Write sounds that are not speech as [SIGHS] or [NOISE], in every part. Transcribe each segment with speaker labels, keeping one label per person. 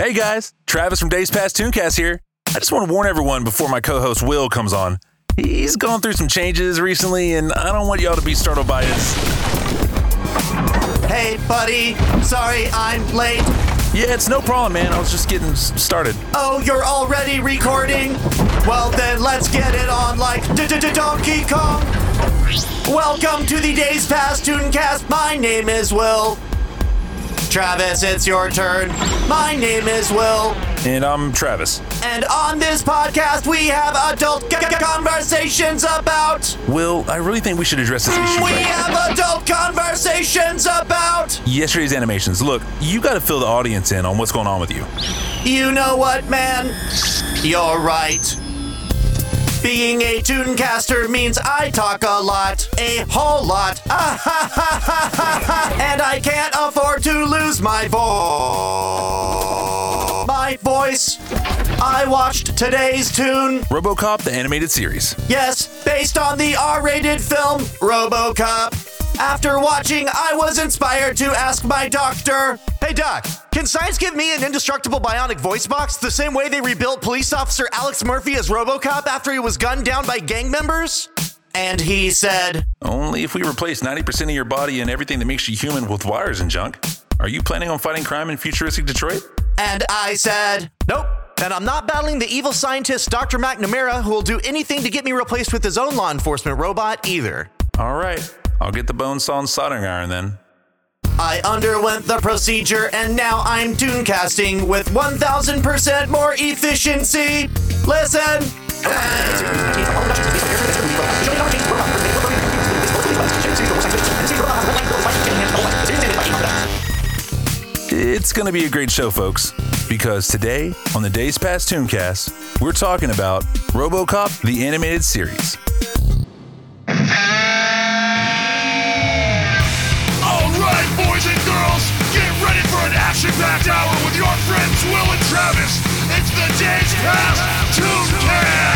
Speaker 1: Hey guys, Travis from Days Past Tooncast here. I just want to warn everyone before my co host Will comes on. He's gone through some changes recently, and I don't want y'all to be startled by his.
Speaker 2: Hey, buddy. Sorry I'm late.
Speaker 1: Yeah, it's no problem, man. I was just getting s- started.
Speaker 2: Oh, you're already recording? Well, then let's get it on like Donkey Kong. Welcome to the Days Past Tooncast. My name is Will. Travis, it's your turn. My name is Will.
Speaker 1: And I'm Travis.
Speaker 2: And on this podcast, we have adult g- g- conversations about.
Speaker 1: Will, I really think we should address this issue.
Speaker 2: We
Speaker 1: right-
Speaker 2: have adult conversations about.
Speaker 1: Yesterday's animations. Look, you got to fill the audience in on what's going on with you.
Speaker 2: You know what, man? You're right. Being a Tunecaster means I talk a lot, a whole lot, [LAUGHS] ah, ha, ha, ha, ha, ha. and I can't afford to lose my voice. My voice. I watched today's tune.
Speaker 1: Robocop, the animated series.
Speaker 2: Yes, based on the R rated film Robocop. After watching, I was inspired to ask my doctor. Hey, Doc, can science give me an indestructible bionic voice box the same way they rebuilt police officer Alex Murphy as Robocop after he was gunned down by gang members? And he said,
Speaker 1: Only if we replace 90% of your body and everything that makes you human with wires and junk. Are you planning on fighting crime in futuristic Detroit?
Speaker 2: and I said,
Speaker 3: Nope. And I'm not battling the evil scientist Dr. McNamara, who will do anything to get me replaced with his own law enforcement robot either.
Speaker 1: All right, I'll get the bone saw and soldering iron then.
Speaker 2: I underwent the procedure and now I'm tunecasting with 1000% more efficiency. Listen.
Speaker 1: It's going to be a great show, folks, because today on the Days Past Tooncast, we're talking about Robocop the Animated Series.
Speaker 4: Alright, boys and girls, get ready for an action-packed hour with your friends Will and Travis. It's the Days Past Tooncast!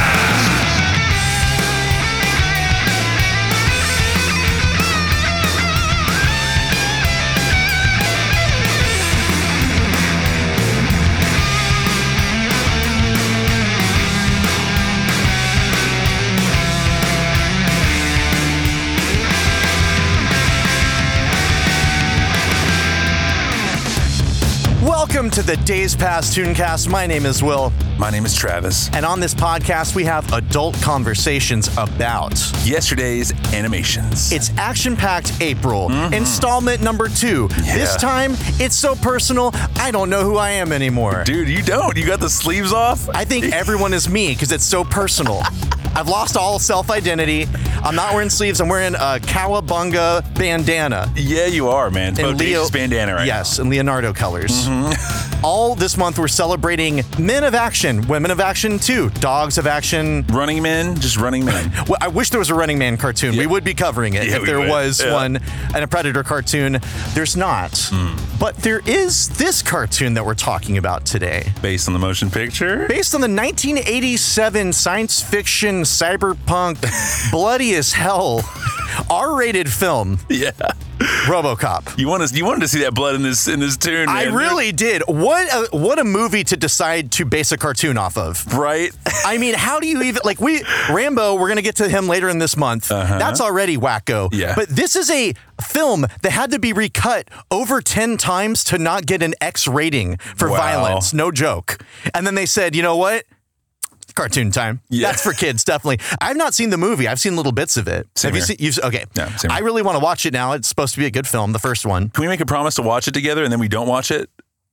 Speaker 3: Welcome to the Days Past Tooncast. My name is Will,
Speaker 1: My name is Travis.
Speaker 3: and on this podcast, we have adult conversations about.
Speaker 1: Yesterday's animations.
Speaker 3: It's action packed April, installment number two. This
Speaker 1: Mm-hmm. Yeah.
Speaker 3: time, it's so personal, I don't know who I am anymore.
Speaker 1: Dude, you don't. You got the sleeves off?
Speaker 3: I think everyone is me because it's so personal.
Speaker 1: [LAUGHS]
Speaker 3: I've lost all self identity. I'm not wearing sleeves, I'm wearing a cowabunga bandana.
Speaker 1: yeah, you are, man. It's bodacious bandana right Mm-hmm.
Speaker 3: yes, and Leonardo colors. [LAUGHS] All this month, we're celebrating men of action, women of action too, dogs of action.
Speaker 1: now. Running men, just running men.
Speaker 3: [LAUGHS] Well, I wish there was a Running Man cartoon. We
Speaker 1: Yeah.
Speaker 3: would be covering it
Speaker 1: Yeah,
Speaker 3: if
Speaker 1: we
Speaker 3: there
Speaker 1: would.
Speaker 3: was
Speaker 1: Yeah.
Speaker 3: one and a Predator cartoon. There's not.
Speaker 1: Hmm.
Speaker 3: But there is this cartoon that we're talking about today.
Speaker 1: Based on the motion
Speaker 3: [LAUGHS]
Speaker 1: picture.
Speaker 3: Based on the 1987 science fiction cyberpunk
Speaker 1: [LAUGHS]
Speaker 3: bloody as hell R-rated film
Speaker 1: Yeah. [LAUGHS]
Speaker 3: RoboCop.
Speaker 1: You want to you wanted to see that blood in this in this tune.
Speaker 3: I
Speaker 1: man.
Speaker 3: really did. What a what a movie to decide to base a cartoon off of.
Speaker 1: right. [LAUGHS]
Speaker 3: I mean, how do you even like we Rambo? We're gonna get to him later in this month. That's already wacko.
Speaker 1: Uh-huh. Yeah.
Speaker 3: But this is a film that had to be recut over ten times to not get an X rating for
Speaker 1: Wow.
Speaker 3: violence. No joke. And then they said, you know what? Cartoon time.
Speaker 1: Yeah.
Speaker 3: That's for kids, definitely. I've not seen the movie. I've seen little bits of it.
Speaker 1: Same
Speaker 3: Have you
Speaker 1: here.
Speaker 3: seen? You've, okay.
Speaker 1: Yeah, same
Speaker 3: I
Speaker 1: here.
Speaker 3: really want to watch it now. It's supposed to be a good film, the first one.
Speaker 1: Can we make a promise to watch it together and then we don't watch it?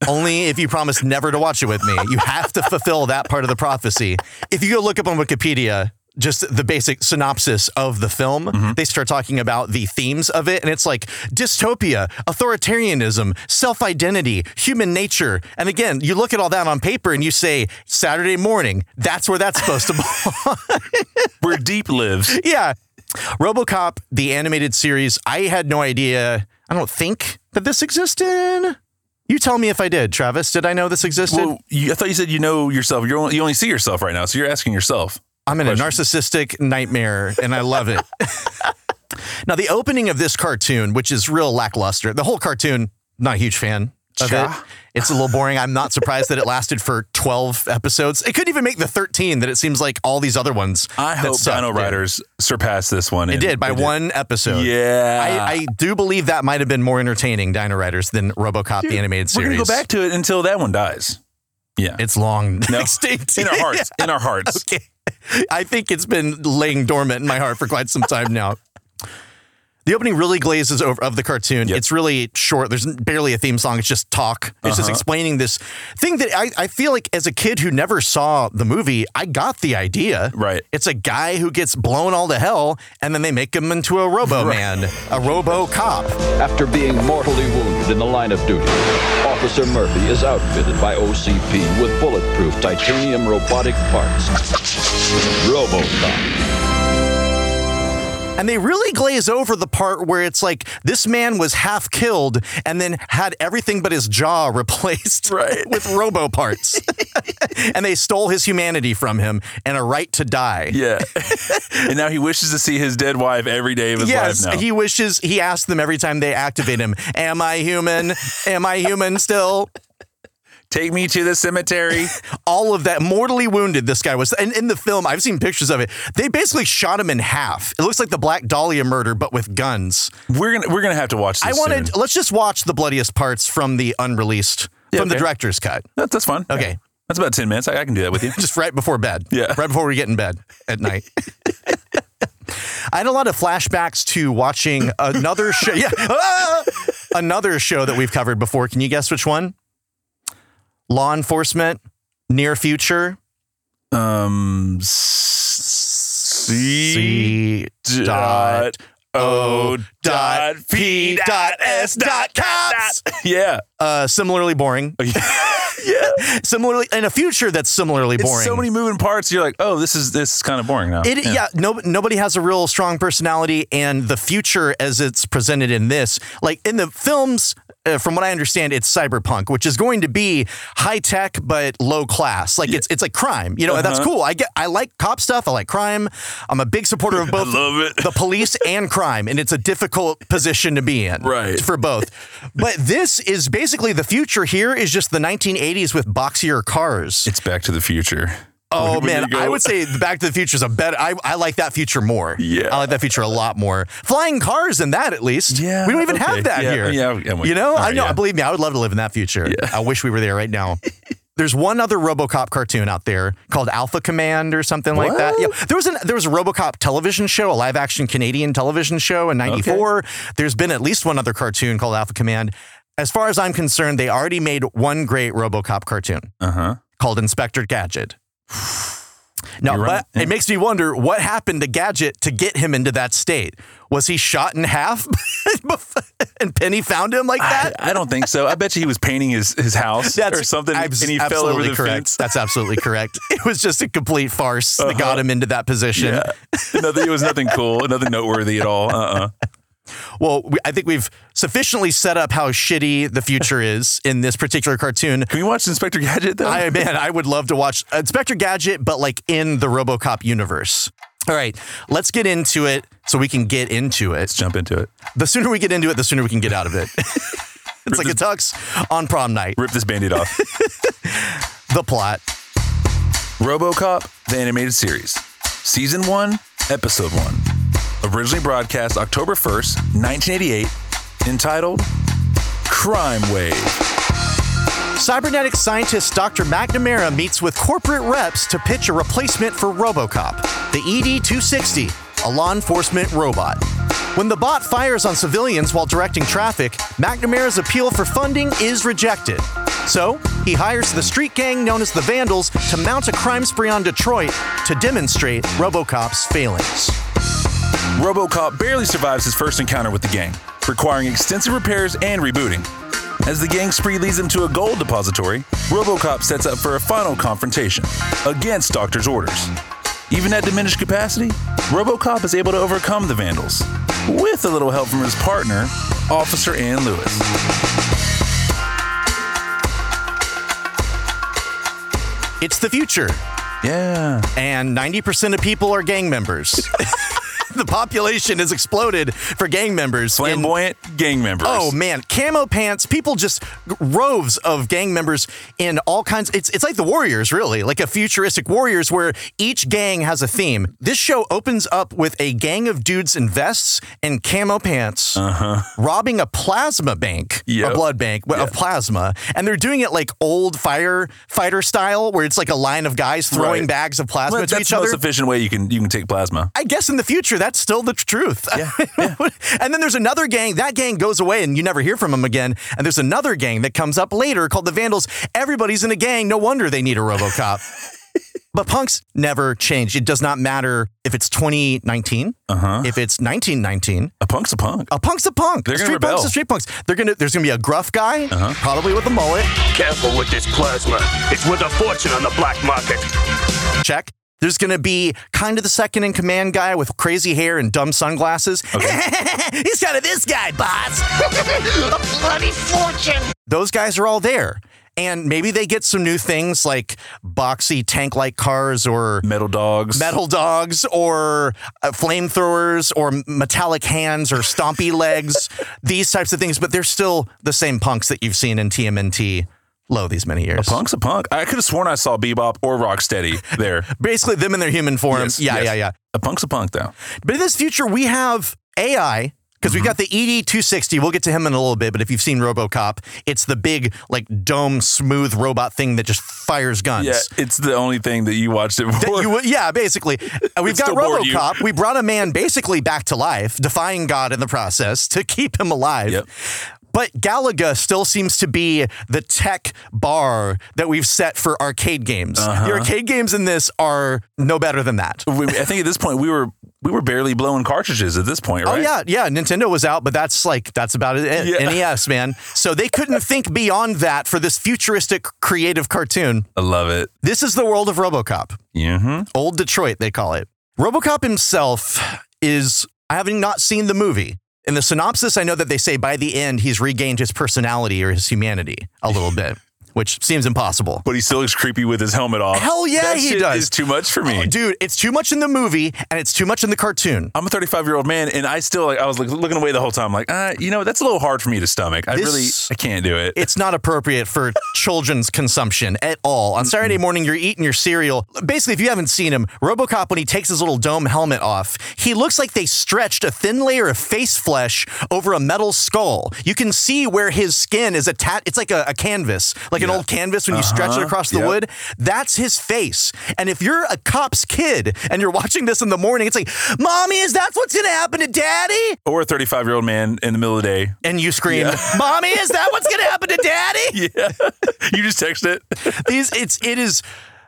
Speaker 3: Only if you promise never to watch it with me. You have to fulfill that part of the prophecy. If you go look up on Wikipedia, just the basic synopsis of the film, they start talking about the themes of it. And it's like dystopia, authoritarianism, self identity, human nature. And again, you look at all that on paper and you say, Saturday morning, that's where that's supposed to belong. [LAUGHS]
Speaker 1: Where deep lives.
Speaker 3: yeah. Robocop, the animated series, I had no idea. I don't think that this existed. You tell me if I did, Travis. Did I know this existed?
Speaker 1: Well, you, I thought you said you know yourself. You're only, you only see yourself right now, so you're asking yourself.
Speaker 3: I'm in a narcissistic nightmare and I love
Speaker 1: [LAUGHS]
Speaker 3: it. now, the opening of this cartoon, which is real lackluster, the whole cartoon, not a huge fan. of
Speaker 1: Cha.
Speaker 3: it. It's a little boring. I'm not surprised that it lasted for 12 episodes. It couldn't even make the 13 that it seems like all these other ones.
Speaker 1: I
Speaker 3: that
Speaker 1: hope
Speaker 3: suck
Speaker 1: Dino
Speaker 3: did.
Speaker 1: Riders surpassed this one.
Speaker 3: It
Speaker 1: and
Speaker 3: did by
Speaker 1: they
Speaker 3: one episode.
Speaker 1: Yeah.
Speaker 3: I, I do believe that might have been more entertaining, Dino Riders, than RoboCop the animated
Speaker 1: We're gonna
Speaker 3: series.
Speaker 1: go back to it until that one [LAUGHS] dies. Yeah,
Speaker 3: [LAUGHS] It's long
Speaker 1: No.
Speaker 3: extinct
Speaker 1: [LAUGHS] in our hearts. In our hearts.
Speaker 3: Okay. I think it's been laying dormant in my heart for quite some time now. The opening really glazes over of the cartoon.
Speaker 1: Yep.
Speaker 3: It's really short. There's barely a theme song. It's just talk. It's
Speaker 1: Uh-huh.
Speaker 3: just explaining this thing that I, I feel like as a kid who never saw the movie, I got the idea.
Speaker 1: Right.
Speaker 3: It's a guy who gets blown all to hell and then they make him into a robo man, a robo cop.
Speaker 5: After being mortally wounded in the line of duty, Officer Murphy is outfitted by OCP with bulletproof titanium robotic parts. Robocop.
Speaker 3: And they really glaze over the part where it's like this man was half killed and then had everything but his jaw [LAUGHS] replaced
Speaker 1: Right.
Speaker 3: with
Speaker 1: [LAUGHS]
Speaker 3: robo parts. and they stole his humanity from him and a right to die.
Speaker 1: Yeah, [LAUGHS] and now he wishes to see his dead wife every day of his
Speaker 3: Yes,
Speaker 1: life. Now
Speaker 3: he wishes, he asks them every time they activate him, Am I human? Am I human still?
Speaker 1: take me to the [LAUGHS] cemetery.
Speaker 3: all of that mortally wounded this guy was and in the film i've seen pictures of it they basically shot him in half it looks like the black dahlia murder but with guns
Speaker 1: we're gonna we're gonna have to watch.
Speaker 3: i
Speaker 1: This
Speaker 3: wanted
Speaker 1: soon.
Speaker 3: let's just watch the bloodiest parts from the unreleased
Speaker 1: Yeah,
Speaker 3: from the
Speaker 1: okay.
Speaker 3: director's cut
Speaker 1: That, that's fine.
Speaker 3: Okay.
Speaker 1: Yeah. that's about ten minutes. I, I can do that with [LAUGHS] you.
Speaker 3: just right before bed
Speaker 1: Yeah.
Speaker 3: right before we get in bed at night
Speaker 1: [LAUGHS]
Speaker 3: I had a lot of flashbacks to watching another show. Yeah, Ah! another show that we've covered before. Can you guess which one? Law enforcement, near future.
Speaker 1: Um, C
Speaker 3: C
Speaker 1: dot O dot
Speaker 3: P dot S
Speaker 1: [LAUGHS]
Speaker 3: dot cops.
Speaker 1: yeah.
Speaker 3: Uh, similarly boring.
Speaker 1: [LAUGHS] Yeah,
Speaker 3: [LAUGHS] Similarly, in a future that's similarly
Speaker 1: it's
Speaker 3: boring.
Speaker 1: so many moving parts. You're like, oh, this is this is kind of boring now.
Speaker 3: It, yeah, no, nobody has a real strong personality, and the future as it's presented in this, like in the films, uh, from what I understand, it's cyberpunk, which is going to be high tech but low class. Like it's it's like crime, you know. and
Speaker 1: Uh-huh.
Speaker 3: That's cool. I get, I like cop stuff. I like crime. I'm a
Speaker 1: [LAUGHS]
Speaker 3: big supporter of both.
Speaker 1: love it.
Speaker 3: the
Speaker 1: [LAUGHS]
Speaker 3: police and crime, and it's a difficult position to be in,
Speaker 1: Right.
Speaker 3: For both, but this is basically the future. Here is just the 1980s with boxier cars.
Speaker 1: It's Back to the Future.
Speaker 3: Oh
Speaker 1: When you
Speaker 3: man,
Speaker 1: go-
Speaker 3: I would say the Back to the Future is a better. I, I like that future more.
Speaker 1: Yeah.
Speaker 3: I like that future a lot more. Flying cars and that at least.
Speaker 1: Yeah,
Speaker 3: we don't even
Speaker 1: okay.
Speaker 3: have that
Speaker 1: Yeah,
Speaker 3: here.
Speaker 1: yeah, yeah, we-
Speaker 3: you know,
Speaker 1: all
Speaker 3: I
Speaker 1: right,
Speaker 3: know.
Speaker 1: yeah.
Speaker 3: Believe me, I would love to live in that future. I wish we were there
Speaker 1: [LAUGHS]
Speaker 3: right now. There's one other RoboCop cartoon out there called Alpha Command or something like that. Yeah, there was an there was a RoboCop television show, a live action Canadian television show in '94. There's been at least one other cartoon called Alpha Command. As far as I'm concerned, they already made one great RoboCop cartoon
Speaker 1: Uh huh.
Speaker 3: called Inspector Gadget. No,
Speaker 1: You're right,
Speaker 3: but it makes me wonder what happened to Gadget to get him into that state. Was he shot in half [LAUGHS] bef- and Penny found him like
Speaker 1: I,
Speaker 3: that?
Speaker 1: I don't think so. I bet you he was painting his, his house [LAUGHS] or something,
Speaker 3: abs-
Speaker 1: and he fell over
Speaker 3: absolutely
Speaker 1: the
Speaker 3: correct.
Speaker 1: fence.
Speaker 3: That's absolutely correct.
Speaker 1: [LAUGHS]
Speaker 3: It was just a complete farce that got him into that position.
Speaker 1: Uh-huh. Yeah, [LAUGHS] nothing, it was nothing cool, nothing noteworthy at all. Uh
Speaker 3: Well, we, I think we've sufficiently set up how shitty the future is in this particular cartoon.
Speaker 1: Can we watch Inspector Gadget though?
Speaker 3: [LAUGHS] I man, I would love to watch Inspector Gadget, but like in the RoboCop universe. All right, let's get into it so we can get into it.
Speaker 1: Jump into it.
Speaker 3: The sooner we get into it, the sooner we can get out of it. [LAUGHS] it's like a tux on prom night.
Speaker 1: Rip this band-aid off.
Speaker 3: The plot.
Speaker 1: [LAUGHS] RoboCop: The Animated Series, Season One, Episode One, originally broadcast October first, nineteen eighty-eight, entitled "Crime Wave."
Speaker 3: Cybernetic scientist Dr. McNamara meets with corporate reps to pitch a replacement for Robocop, the E ED 260, a law enforcement robot. When the bot fires on civilians while directing traffic, McNamara's appeal for funding is rejected. So, he hires the street gang known as the Vandals to mount a crime spree on Detroit to demonstrate Robocop's failings.
Speaker 1: RoboCop barely survives his first encounter with the gang, requiring extensive repairs and rebooting. As the gang spree leads them to a gold depository, RoboCop sets up for a final confrontation against Doctor's orders. Even at diminished capacity, RoboCop is able to overcome the vandals with a little help from his partner, Officer Ann Lewis.
Speaker 3: It's the future,
Speaker 1: Yeah.
Speaker 3: and 90% of people are gang members. [LAUGHS] the population has exploded for gang members. And-
Speaker 1: Flamboyant gang members.
Speaker 3: Oh man, camo pants. People just roves of gang members in all kinds. It's it's like the Warriors, really, like a futuristic Warriors where each gang has a theme. This show opens up with a gang of dudes in vests and camo pants robbing a plasma bank,
Speaker 1: Uh-huh. Yep.
Speaker 3: a blood bank well, of plasma, and they're doing it like old firefighter style, where it's like a line of guys throwing
Speaker 1: Right.
Speaker 3: bags of plasma
Speaker 1: Well,
Speaker 3: to
Speaker 1: that's
Speaker 3: each
Speaker 1: the
Speaker 3: other.
Speaker 1: most efficient way you can you can take plasma.
Speaker 3: I guess in the future, that's still the truth. [LAUGHS] and then there's another gang. That gang goes away and you never hear from them again. And there's another gang that comes up later called the Vandals. Everybody's in a gang. No wonder they need a
Speaker 1: [LAUGHS]
Speaker 3: Robocop. but punks never change. It does not matter if it's 2019, if it's 1919.
Speaker 1: A punk's a punk.
Speaker 3: A punk's a punk.
Speaker 1: Uh-huh. They're gonna
Speaker 3: A street
Speaker 1: rebel. Uh-huh.
Speaker 3: punks a street punks. They're gonna. There's gonna be a gruff guy, probably with a mullet.
Speaker 6: Careful with this plasma. It's worth a fortune on the black market.
Speaker 3: Check. There's gonna be kind of the second in command guy with crazy hair and dumb sunglasses. [LAUGHS] He's kind of this guy, boss.
Speaker 6: [LAUGHS] a bloody fortune!
Speaker 3: those guys are all there. And maybe they get some new things like boxy tank like cars or
Speaker 1: Metal dogs.
Speaker 3: metal dogs or uh, flamethrowers or metallic hands or stompy [LAUGHS] legs, these types of things. But they're still the same punks that you've seen in TMNT low these many years.
Speaker 1: Punk's a punk. I could have sworn I saw Bebop or Rocksteady
Speaker 3: [LAUGHS]
Speaker 1: there.
Speaker 3: Basically, them in their human
Speaker 1: Yes,
Speaker 3: forms. yeah,
Speaker 1: yes.
Speaker 3: yeah, yeah.
Speaker 1: A punk's a punk though.
Speaker 3: But in this future, we have AI because
Speaker 1: Mm-hmm.
Speaker 3: we've got the E ED260. We'll get to him in a little bit. But if you've seen RoboCop, it's the big, like, dome smooth robot thing that just fires guns.
Speaker 1: Yeah, it's the only thing that you watched it
Speaker 3: That
Speaker 1: for.
Speaker 3: you would-
Speaker 1: [LAUGHS]
Speaker 3: yeah, basically. Uh, We've
Speaker 1: It's
Speaker 3: got
Speaker 1: to warn you.
Speaker 3: Robocop. [LAUGHS] We brought a man basically back to life, defying God in the process to keep him alive.
Speaker 1: Yep.
Speaker 3: But Galaga still seems to be the tech bar that we've set for arcade games.
Speaker 1: Uh-huh.
Speaker 3: The arcade games in this are no better than that.
Speaker 1: [LAUGHS] We- I think at this point we were we were barely blowing cartridges at this point,
Speaker 3: Oh
Speaker 1: right?
Speaker 3: yeah, yeah. Nintendo was out, but that's like that's about it.
Speaker 1: Yeah. [LAUGHS]
Speaker 3: NES, man. So they couldn't think beyond that for this futuristic, creative cartoon.
Speaker 1: I love it.
Speaker 3: This is the world of RoboCop.
Speaker 1: hmm
Speaker 3: Old Detroit, they call it. Robocop himself is, I having not seen the movie. In the synopsis, I know that they say by the end, he's regained his personality or his humanity a little bit, which seems impossible.
Speaker 1: But he still looks creepy with his helmet off.
Speaker 3: Hell yeah,
Speaker 1: that
Speaker 3: he
Speaker 1: shit
Speaker 3: does.
Speaker 1: Is too much for me.
Speaker 3: Dude, it's too much in the movie and it's too much in the cartoon.
Speaker 1: I'm a 35 year old man, and I still like I was like looking away the whole time, like uh, you know that's a little hard for me to stomach. I
Speaker 3: This-
Speaker 1: really I can't do it.
Speaker 3: It's not appropriate for children's consumption at all. On Saturday morning, you're eating your cereal. Basically, if you haven't seen him, Robocop, when he takes his little dome helmet off, he looks like they stretched a thin layer of face flesh over a metal skull. You can see where his skin is attached. It's like a, a canvas, like an old canvas when you stretch it across the
Speaker 1: Yep.
Speaker 3: wood. That's his face. And if you're a cop's kid and you're watching this in the morning, it's like, Mommy, is that what's going to happen to daddy?
Speaker 1: or a 35 year old man in the middle of the day.
Speaker 3: And you scream, Mommy, is that what's going to happen to daddy?
Speaker 1: Yeah, [LAUGHS] you just text it.
Speaker 3: these it's it is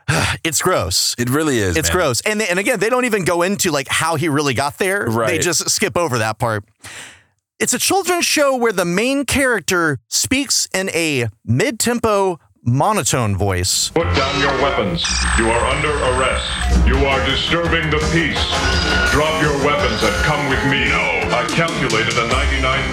Speaker 3: [SIGHS] it's gross
Speaker 1: It really is.
Speaker 3: it's
Speaker 1: man.
Speaker 3: gross and they, and again they don't even go into like how he really got there they
Speaker 1: Right.
Speaker 3: just skip over that part it's a children's show where the main character speaks in a mid-tempo monotone voice
Speaker 7: Put down your weapons. You are under arrest. You are disturbing the peace. Drop your weapons and come with me. No. I calculated a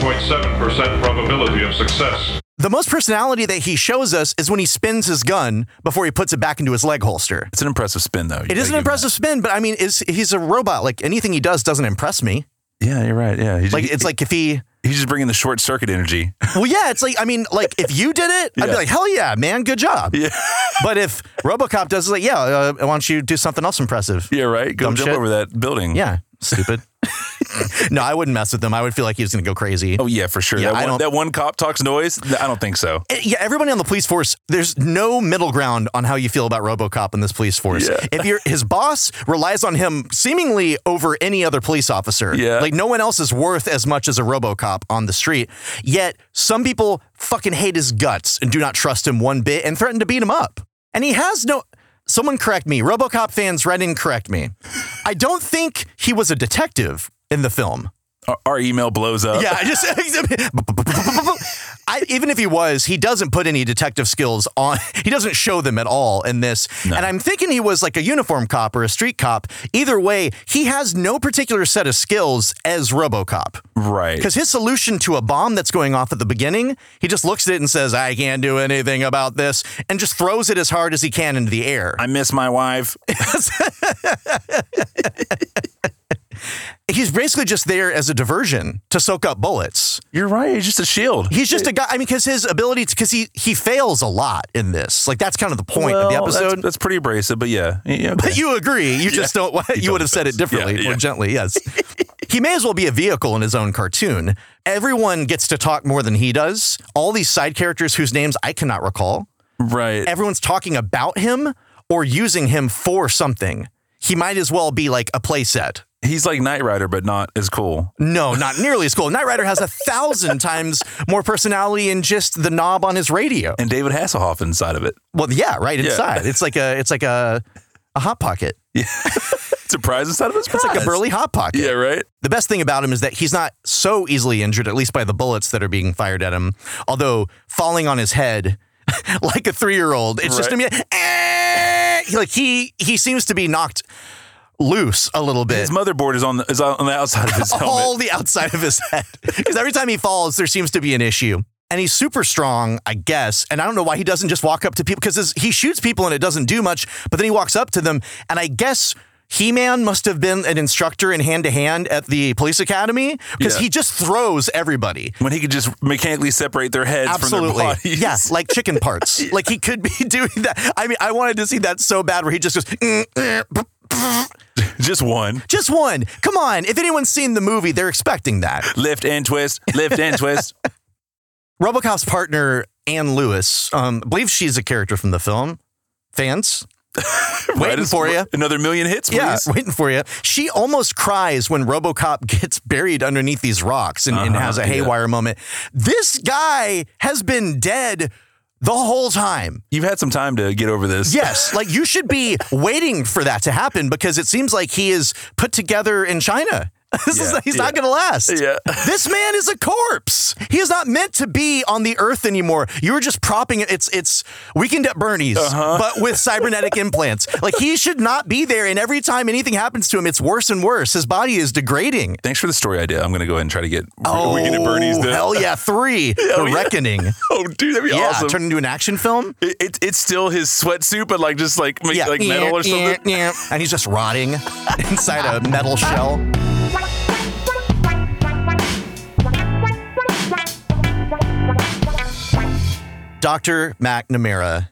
Speaker 7: 99.7% probability of success.
Speaker 3: the most personality that he shows us is when he spins his gun before he puts it back into his leg holster
Speaker 1: It's an impressive spin though. You
Speaker 3: it
Speaker 1: gotta
Speaker 3: is an
Speaker 1: give him
Speaker 3: impressive spin but i mean is he's a robot like anything he does doesn't impress me
Speaker 1: that. Yeah, you're right. Yeah, he's,
Speaker 3: like
Speaker 1: he-
Speaker 3: it's like if he
Speaker 1: he's just bringing the short circuit energy.
Speaker 3: Well, yeah, it's like I mean, like if you did it, I'd be
Speaker 1: Yeah.
Speaker 3: like, hell yeah, man, good job.
Speaker 1: Yeah.
Speaker 3: but if RoboCop does, it, like, yeah, uh, why don't you do something else impressive?
Speaker 1: [LAUGHS] yeah, right. Go
Speaker 3: Dumb
Speaker 1: jump
Speaker 3: shit.
Speaker 1: over that building.
Speaker 3: Yeah,
Speaker 1: [LAUGHS]
Speaker 3: stupid. no, I wouldn't mess with them. I would feel like he was gonna go crazy.
Speaker 1: Oh yeah, for sure.
Speaker 3: Yeah,
Speaker 1: that,
Speaker 3: I
Speaker 1: one,
Speaker 3: don't-
Speaker 1: that one cop talks noise. I don't think so.
Speaker 3: Uh, Yeah, everybody on the police force, there's no middle ground on how you feel about RoboCop in this police force.
Speaker 1: Yeah.
Speaker 3: If you're his boss relies on him seemingly over any other police officer.
Speaker 1: Yeah.
Speaker 3: Like no one else is worth as much as a RoboCop on the street. Yet some people fucking hate his guts and do not trust him one bit and threaten to beat him up. And he has no Someone correct me. RoboCop fans, read and correct me. I don't think he was a detective in the film.
Speaker 1: Our, our email blows up.
Speaker 3: Yeah, I just [LAUGHS] I, even if he was, he doesn't put any detective skills on. [LAUGHS] He doesn't show them at all in this. And I'm thinking he was like a uniform cop or a street cop. Either way, he has no particular set of skills as RoboCop.
Speaker 1: right.
Speaker 3: Because his solution to a bomb that's going off at the beginning, he just looks at it and says, "I can't do anything about this," and just throws it as hard as he can into the air.
Speaker 1: I miss my wife.
Speaker 3: he's basically just there as a diversion to soak up bullets.
Speaker 1: You're right. It's just a shield.
Speaker 3: He's just a guy. I mean, because his ability, because he he fails a lot in this. Like that's kind of the point of the
Speaker 1: Well, that's-
Speaker 3: episode.
Speaker 1: That's, pretty abrasive, but yeah. yeah okay.
Speaker 3: But you agree. You just don't. [LAUGHS] you would have said it differently,
Speaker 1: Yeah,
Speaker 3: more
Speaker 1: yeah.
Speaker 3: gently. Yes. he may as well be a vehicle in his own cartoon. Everyone gets to talk more than he does. All these side characters whose names I cannot recall.
Speaker 1: right.
Speaker 3: Everyone's talking about him or using him for something. He might as well be like a playset.
Speaker 1: He's like Knight Rider, but not as cool.
Speaker 3: No, not nearly as cool. Knight Rider has a thousand [LAUGHS] times more personality and just the knob on his radio.
Speaker 1: And David Hasselhoff inside of it.
Speaker 3: Well, yeah, right inside. It's like a it's like a a hot pocket.
Speaker 1: Surprise inside of his
Speaker 3: It's like a
Speaker 1: prize.
Speaker 3: burly hot pocket.
Speaker 1: Yeah, right?
Speaker 3: The best thing about him is that he's not so easily injured, at least by the bullets that are being fired at him. Although falling on his head [LAUGHS] like a three year old, it's just
Speaker 1: Right.
Speaker 3: immediate. "Eh!" Like he he seems to be knocked loose a little bit.
Speaker 1: His motherboard is on the, is on the outside of
Speaker 3: [LAUGHS]
Speaker 1: his helmet.
Speaker 3: all the outside of his head. Because every time he falls, there seems to be an issue. And he's super strong, I guess. And I don't know why he doesn't just walk up to people because he shoots people and it doesn't do much. But then he walks up to them. And I guess He Man must have been an instructor in hand to hand at the police academy because
Speaker 1: Yeah.
Speaker 3: he just throws everybody.
Speaker 1: when he could just mechanically separate their heads from
Speaker 3: Absolutely.
Speaker 1: their bodies.
Speaker 3: Yeah, like chicken parts. Like he could be [LAUGHS] doing that. I mean, I wanted to see that so bad where he just goes, "Mm, mm, p-
Speaker 1: [LAUGHS] Just one.
Speaker 3: just one. Come on. If anyone's seen the movie, they're expecting that.
Speaker 1: Lift and twist, lift and twist.
Speaker 3: Robocop's partner, Anne Lewis, um, I believe she's a character from the film. Fans,
Speaker 1: Right
Speaker 3: [LAUGHS] waiting
Speaker 1: as-
Speaker 3: for you.
Speaker 1: Another million hits, please.
Speaker 3: Yeah, [LAUGHS] waiting for you. She almost cries when Robocop [LAUGHS] gets buried underneath these rocks and, and
Speaker 1: Uh-huh,
Speaker 3: has a
Speaker 1: yeah.
Speaker 3: haywire moment. This guy has been dead the whole time.
Speaker 1: You've had some time to get over this.
Speaker 3: [LAUGHS] Yes, like you should be waiting for that to happen because it seems like he is put together in China. [LAUGHS] This is
Speaker 1: Yeah,
Speaker 3: he's not
Speaker 1: yeah.
Speaker 3: going to last.
Speaker 1: Yeah.
Speaker 3: [LAUGHS] this man is a corpse. He is not meant to be on the earth anymore. You were just propping it. It's it's weekend at Bernie's,
Speaker 1: Uh-huh. [LAUGHS]
Speaker 3: but with cybernetic implants. Like he should not be there. And every time anything happens to him, it's worse and worse. His body is degrading.
Speaker 1: Thanks for the story idea. I'm going to go ahead and try to get we get at Bernie's. The,
Speaker 3: Oh, hell yeah, three, the
Speaker 1: yeah.
Speaker 3: reckoning.
Speaker 1: [LAUGHS] Oh, dude, that'd be
Speaker 3: Yeah,
Speaker 1: awesome.
Speaker 3: turn into an action film.
Speaker 1: it, it, it's still his sweatsuit, but like just like me- like metal or something.
Speaker 3: yeah. [LAUGHS] And he's just rotting [LAUGHS] inside a [LAUGHS] metal shell. Dr. McNamara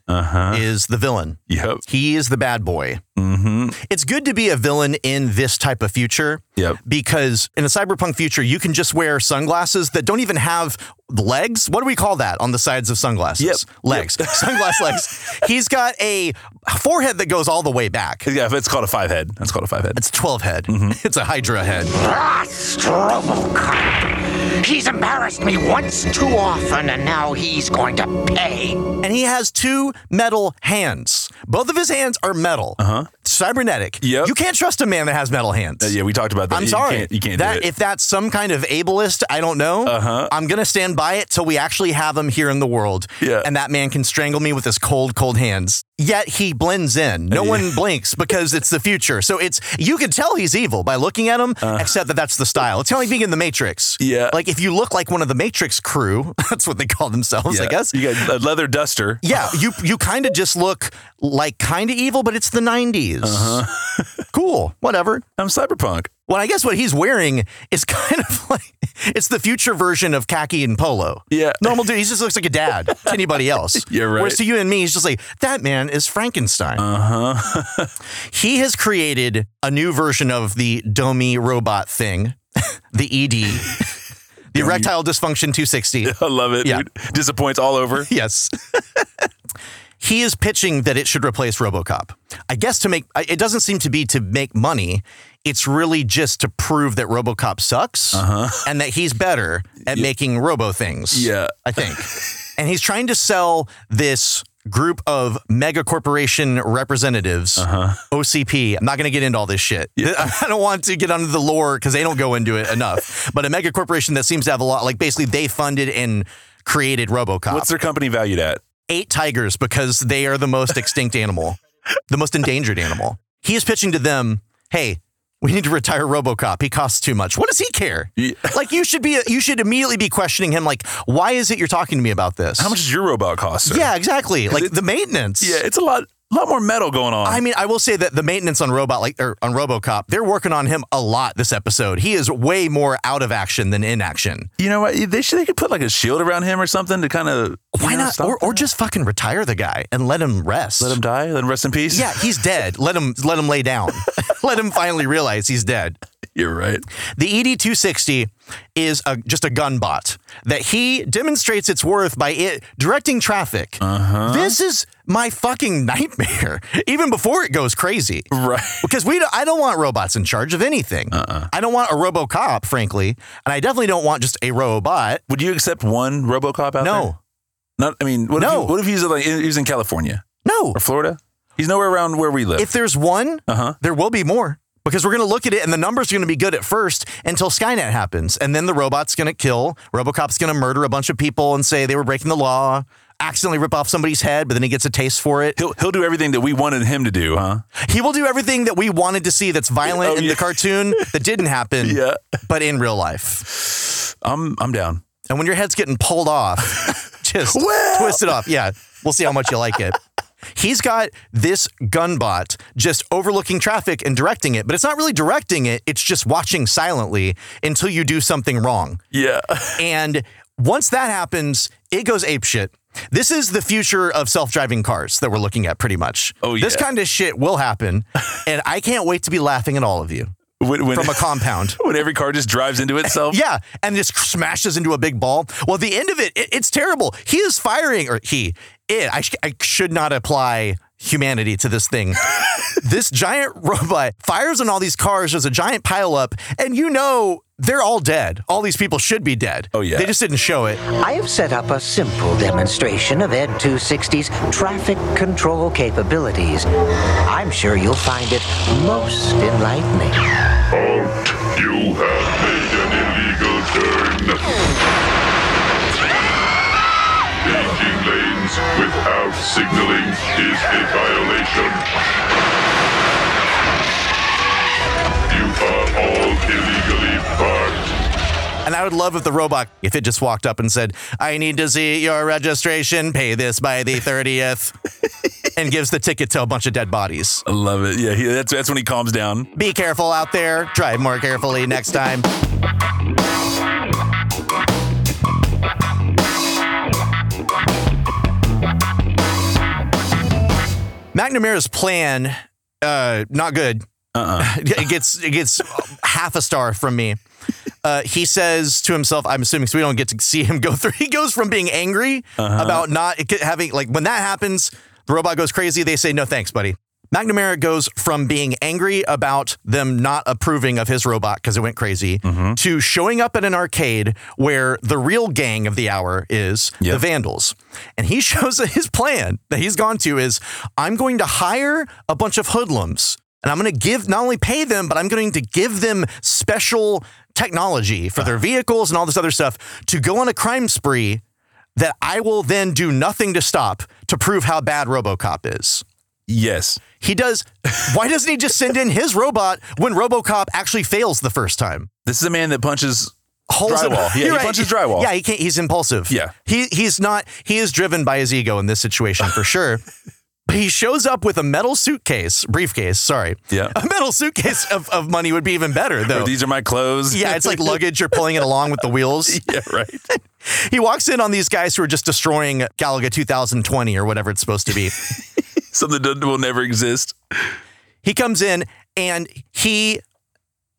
Speaker 3: is the villain.
Speaker 1: Yep.
Speaker 3: He is the bad boy. Mm-hmm. It's good to be a villain in this type of future.
Speaker 1: Yep.
Speaker 3: Because in a cyberpunk future, you can just wear sunglasses that don't even have legs. What do we call that on the sides of sunglasses?
Speaker 1: Yep.
Speaker 3: Legs. [LAUGHS] Sunglass legs. He's got a forehead that goes all the way back. [LAUGHS]
Speaker 1: Yeah, it's called a five head. That's called a five head.
Speaker 3: It's 12 head. [LAUGHS] It's a Hydra head.
Speaker 8: Blast Robocop! He's embarrassed me once too often, and now he's going to pay.
Speaker 3: And he has two metal hands. Both of his hands are metal. Uh-huh. Cybernetic.
Speaker 1: Yep. Uh,
Speaker 3: You can't trust a man that has metal hands.
Speaker 1: yeah, we talked about that.
Speaker 3: I'm
Speaker 1: You
Speaker 3: sorry.
Speaker 1: can't- You can't,
Speaker 3: that
Speaker 1: do it.
Speaker 3: if that's some kind of ableist, I don't know. Uh-huh. I'm gonna stand by it till we actually have him here in the world.
Speaker 1: Yeah.
Speaker 3: And that man can strangle me with his cold, cold hands. Yet he blends in. No one blinks because it's the future. So it's you can tell he's evil by looking at him, except that that's the style. It's kind of like being in the Matrix.
Speaker 1: Uh-huh. Yeah.
Speaker 3: Like if you look like one of the Matrix crew, [LAUGHS] that's what they call themselves,
Speaker 1: yeah.
Speaker 3: I guess.
Speaker 1: you got a leather duster.
Speaker 3: Yeah, you you kind of just look like kind of evil, but it's the 90s.
Speaker 1: Uh-huh. [LAUGHS]
Speaker 3: cool, whatever.
Speaker 1: I'm cyberpunk.
Speaker 3: Well, I guess what he's wearing is [LAUGHS] kind of like it's the future version of khaki and polo.
Speaker 1: Yeah.
Speaker 3: normal dude. He just looks like a dad to anybody
Speaker 1: [LAUGHS]
Speaker 3: else.
Speaker 1: Yeah, right.
Speaker 3: Whereas to you and me, he's just like that man is Frankenstein. Uh
Speaker 1: Uh-huh. [LAUGHS]
Speaker 3: huh. he has created a new version of the Domi robot thing, [LAUGHS] the ED, the erectile
Speaker 1: [LAUGHS]
Speaker 3: dysfunction 260.
Speaker 1: I love it.
Speaker 3: Yeah.
Speaker 1: Dude. Disappoints all
Speaker 3: [LAUGHS]
Speaker 1: over.
Speaker 3: Yes. he is pitching that it should replace RoboCop. I guess to make I- it doesn't seem to be to make money. It's really just to prove that RoboCop sucks and that he's better at making robo things.
Speaker 1: Uh-huh. Yeah.
Speaker 3: I think. [LAUGHS] and he's trying to sell this group of mega corporation representatives
Speaker 1: Uh-huh.
Speaker 3: OCP. I'm not going to get into all this shit. [LAUGHS] I don't want to get under the lore because they don't go into it enough. but a mega corporation that seems to have a lot, like basically they funded and created RoboCop
Speaker 1: What's their company valued at?
Speaker 3: eight tigers because they are the most extinct animal, the most endangered animal. He is pitching to them, hey, we need to retire RoboCop. He costs too much. What does he care?
Speaker 1: [LAUGHS]
Speaker 3: Like you should be, you should immediately be questioning him. Like, why is it you're talking to me about this?
Speaker 1: How much does your robot cost? Sir?
Speaker 3: Yeah, exactly. Like the maintenance.
Speaker 1: Yeah, it's a lot A lot more metal going on.
Speaker 3: I mean, I will say that the maintenance on Robot, like or on RoboCop, they're working on him a lot this episode. He is way more out of action than in action.
Speaker 1: you know what? They should they could put like a shield around him or something to kind of
Speaker 3: Why not? Or, or just fucking retire the guy and let him rest.
Speaker 1: let him die, let him rest in peace.
Speaker 3: Yeah, he's dead. let him let him lay down. [LAUGHS] let him finally realize he's dead.
Speaker 1: [LAUGHS] you're right.
Speaker 3: The E ED260 is a, just a gun bot that he demonstrates its worth by it directing traffic. This is my fucking nightmare. [LAUGHS] Even before it goes crazy,
Speaker 1: Right.
Speaker 3: Because we, don't, I don't want robots in charge of anything. I don't want a RoboCop, frankly, and I definitely don't want just a robot.
Speaker 1: Would you accept one RoboCop out there?
Speaker 3: No,
Speaker 1: Not. I mean, what
Speaker 3: No.
Speaker 1: If you, what if he's like he's in California
Speaker 3: no.
Speaker 1: or Florida? He's nowhere around where we live.
Speaker 3: If there's one,
Speaker 1: Uh-huh.
Speaker 3: there will be more because we're going to look at it, and the numbers are going to be good at first until Skynet happens, and then the robot's going to kill. RoboCop's going to murder a bunch of people and say they were breaking the law. Accidentally rip off somebody's head, but then he gets a taste for it.
Speaker 1: he'll he'll do everything that we wanted him to do, huh?
Speaker 3: He will do everything that we wanted to see that's violent
Speaker 1: Oh,
Speaker 3: in
Speaker 1: yeah.
Speaker 3: the cartoon that didn't
Speaker 1: [LAUGHS]
Speaker 3: happen,
Speaker 1: Yeah.
Speaker 3: but in real life.
Speaker 1: I'm I'm down.
Speaker 3: And when your head's getting pulled off,
Speaker 1: [LAUGHS]
Speaker 3: just
Speaker 1: Well.
Speaker 3: twist it off. Yeah, we'll see how much you like it. He's got this gun bot just overlooking traffic and directing it, but it's not really directing it, it's just watching silently until you do something wrong.
Speaker 1: Yeah. [LAUGHS]
Speaker 3: And once that happens, it goes apeshit. This is the future of self-driving cars that we're looking at pretty much.
Speaker 1: Oh,
Speaker 3: This
Speaker 1: yeah.
Speaker 3: kind of shit will happen,
Speaker 1: [LAUGHS]
Speaker 3: and I can't wait to be laughing at all of you
Speaker 1: When, when,
Speaker 3: from a compound.
Speaker 1: [LAUGHS] when every car just drives into itself.
Speaker 3: Yeah, and just smashes into a big ball. Well, the end of it, it it's terrible. He is firing, or he, it. I, sh- I should not apply humanity to this
Speaker 1: [LAUGHS]
Speaker 3: thing. this giant robot fires on all these cars. There's a giant pileup, and you know they're all dead. All these people should be dead.
Speaker 1: Oh, yeah.
Speaker 3: they just didn't show it.
Speaker 9: I have set up a simple demonstration of Ed 260's traffic control capabilities. I'm sure you'll find it most enlightening.
Speaker 7: Out. You have made an illegal turn. Changing lanes without signaling is a violation. You are all illegally parked.
Speaker 3: And I would love if the robot, if it just walked up and said, "I need to see your registration. Pay this by the
Speaker 1: [LAUGHS]
Speaker 3: 30th," and gives the ticket to a bunch of dead bodies.
Speaker 1: I love it. Yeah, he, that's that's when he calms down.
Speaker 3: Be careful out there. Drive more carefully next time. McNamara's plan, uh, not good. Uh-uh. [LAUGHS] it gets it gets half a star from me. Uh, he says to himself, "I'm assuming because we don't get to see him go [LAUGHS] through. He goes from being angry about not having like when that happens, the robot goes crazy. They say no thanks, buddy." McNamara goes from being angry about them not approving of his robot because it went crazy to showing up at an arcade where the real gang of the hour is the Vandals. And he [LAUGHS] shows that his plan that he's gone to is I'm going to hire a bunch of hoodlums and I'm going to give, not only pay them, but I'm going to give them special technology for their vehicles and all this other stuff to go on a crime spree that I will then do nothing to stop to prove how bad Robocop is.
Speaker 1: Yes.
Speaker 3: He does. [LAUGHS] Why doesn't he just send in his robot when RoboCop actually fails the first time?
Speaker 1: This is a man that punches
Speaker 3: Holes
Speaker 1: Drywall.
Speaker 3: in-
Speaker 1: Yeah, he
Speaker 3: You're
Speaker 1: punches drywall.
Speaker 3: Yeah, he can't. He's impulsive.
Speaker 1: Yeah.
Speaker 3: he he's not. He is driven by his ego in this situation
Speaker 1: [LAUGHS]
Speaker 3: for sure. But he shows up with a metal suitcase, briefcase. Sorry.
Speaker 1: Yeah.
Speaker 3: a metal suitcase of, of money would be even better though.
Speaker 1: these are my clothes.
Speaker 3: Oh. yeah, it's like luggage. You're pulling it along with the wheels.
Speaker 1: [LAUGHS] yeah, right. [LAUGHS]
Speaker 3: He walks in on these guys who are just destroying Galaga 2020 or whatever it's supposed to be.
Speaker 1: Something that will never exist.
Speaker 3: He comes in and he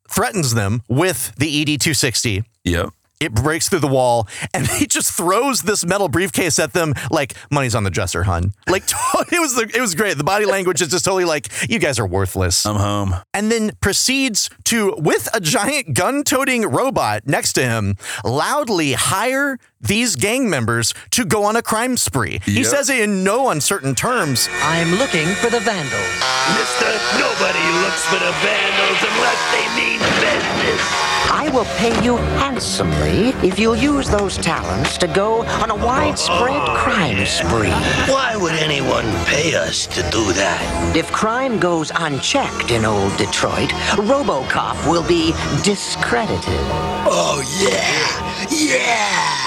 Speaker 3: threatens them with the E ED 260.
Speaker 1: Yep.
Speaker 3: It breaks through the wall and [LAUGHS] he just throws this metal briefcase at them like money's on the dresser, hun. Like [LAUGHS] it was the, it was great. The body language is just totally like you guys are worthless.
Speaker 1: I'm home.
Speaker 3: and then proceeds to with a giant gun-toting robot next to him loudly hire these gang members to go on a crime spree. He
Speaker 1: Yep.
Speaker 3: says it in no uncertain terms.
Speaker 9: I'm looking for the vandals.
Speaker 6: Mister, nobody looks for the vandals unless they mean business.
Speaker 9: I will pay you handsomely if you'll use those talents to go on a widespread crime spree.
Speaker 6: Oh, Why would anyone pay us to do that?
Speaker 9: If crime goes unchecked in old Detroit, RoboCop will be discredited.
Speaker 6: Oh, yeah. Yeah.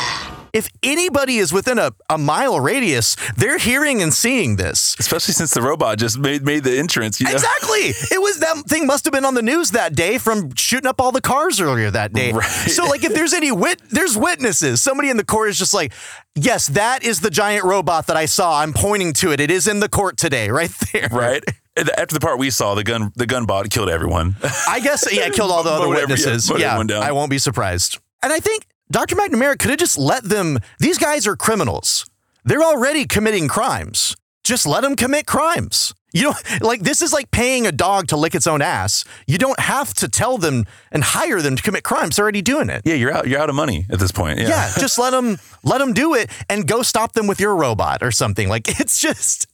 Speaker 3: If anybody is within a, a mile radius, they're hearing and seeing this.
Speaker 1: Especially since the robot just made made the entrance. You know?
Speaker 3: Exactly. It was that thing must have been on the news that day from shooting up all the cars earlier that day.
Speaker 1: Right.
Speaker 3: So like if there's any wit there's witnesses. Somebody in the court is just like, "Yes, that is the giant robot that I saw. I'm pointing to it. It is in the court today right there."
Speaker 1: Right. And after the part we saw, the gun the gun bot killed everyone. [LAUGHS]
Speaker 3: I guess yeah, it killed all the other
Speaker 1: Vote every- yeah,
Speaker 3: witnesses.
Speaker 1: vote
Speaker 3: Yeah,
Speaker 1: everyone down.
Speaker 3: I won't be surprised. And I think Dr. McNamara could have just let them. These guys are criminals. They're already committing crimes. Just let them commit crimes. You know, [LAUGHS] like this is like paying a dog to lick its own ass. You don't have to tell them and hire them to commit crimes. They're already doing it.
Speaker 1: yeah, you're out you're out of money at this point. Yeah.
Speaker 3: Yeah, just let them let them do it and go stop them with your robot or something. Like [LAUGHS] it's just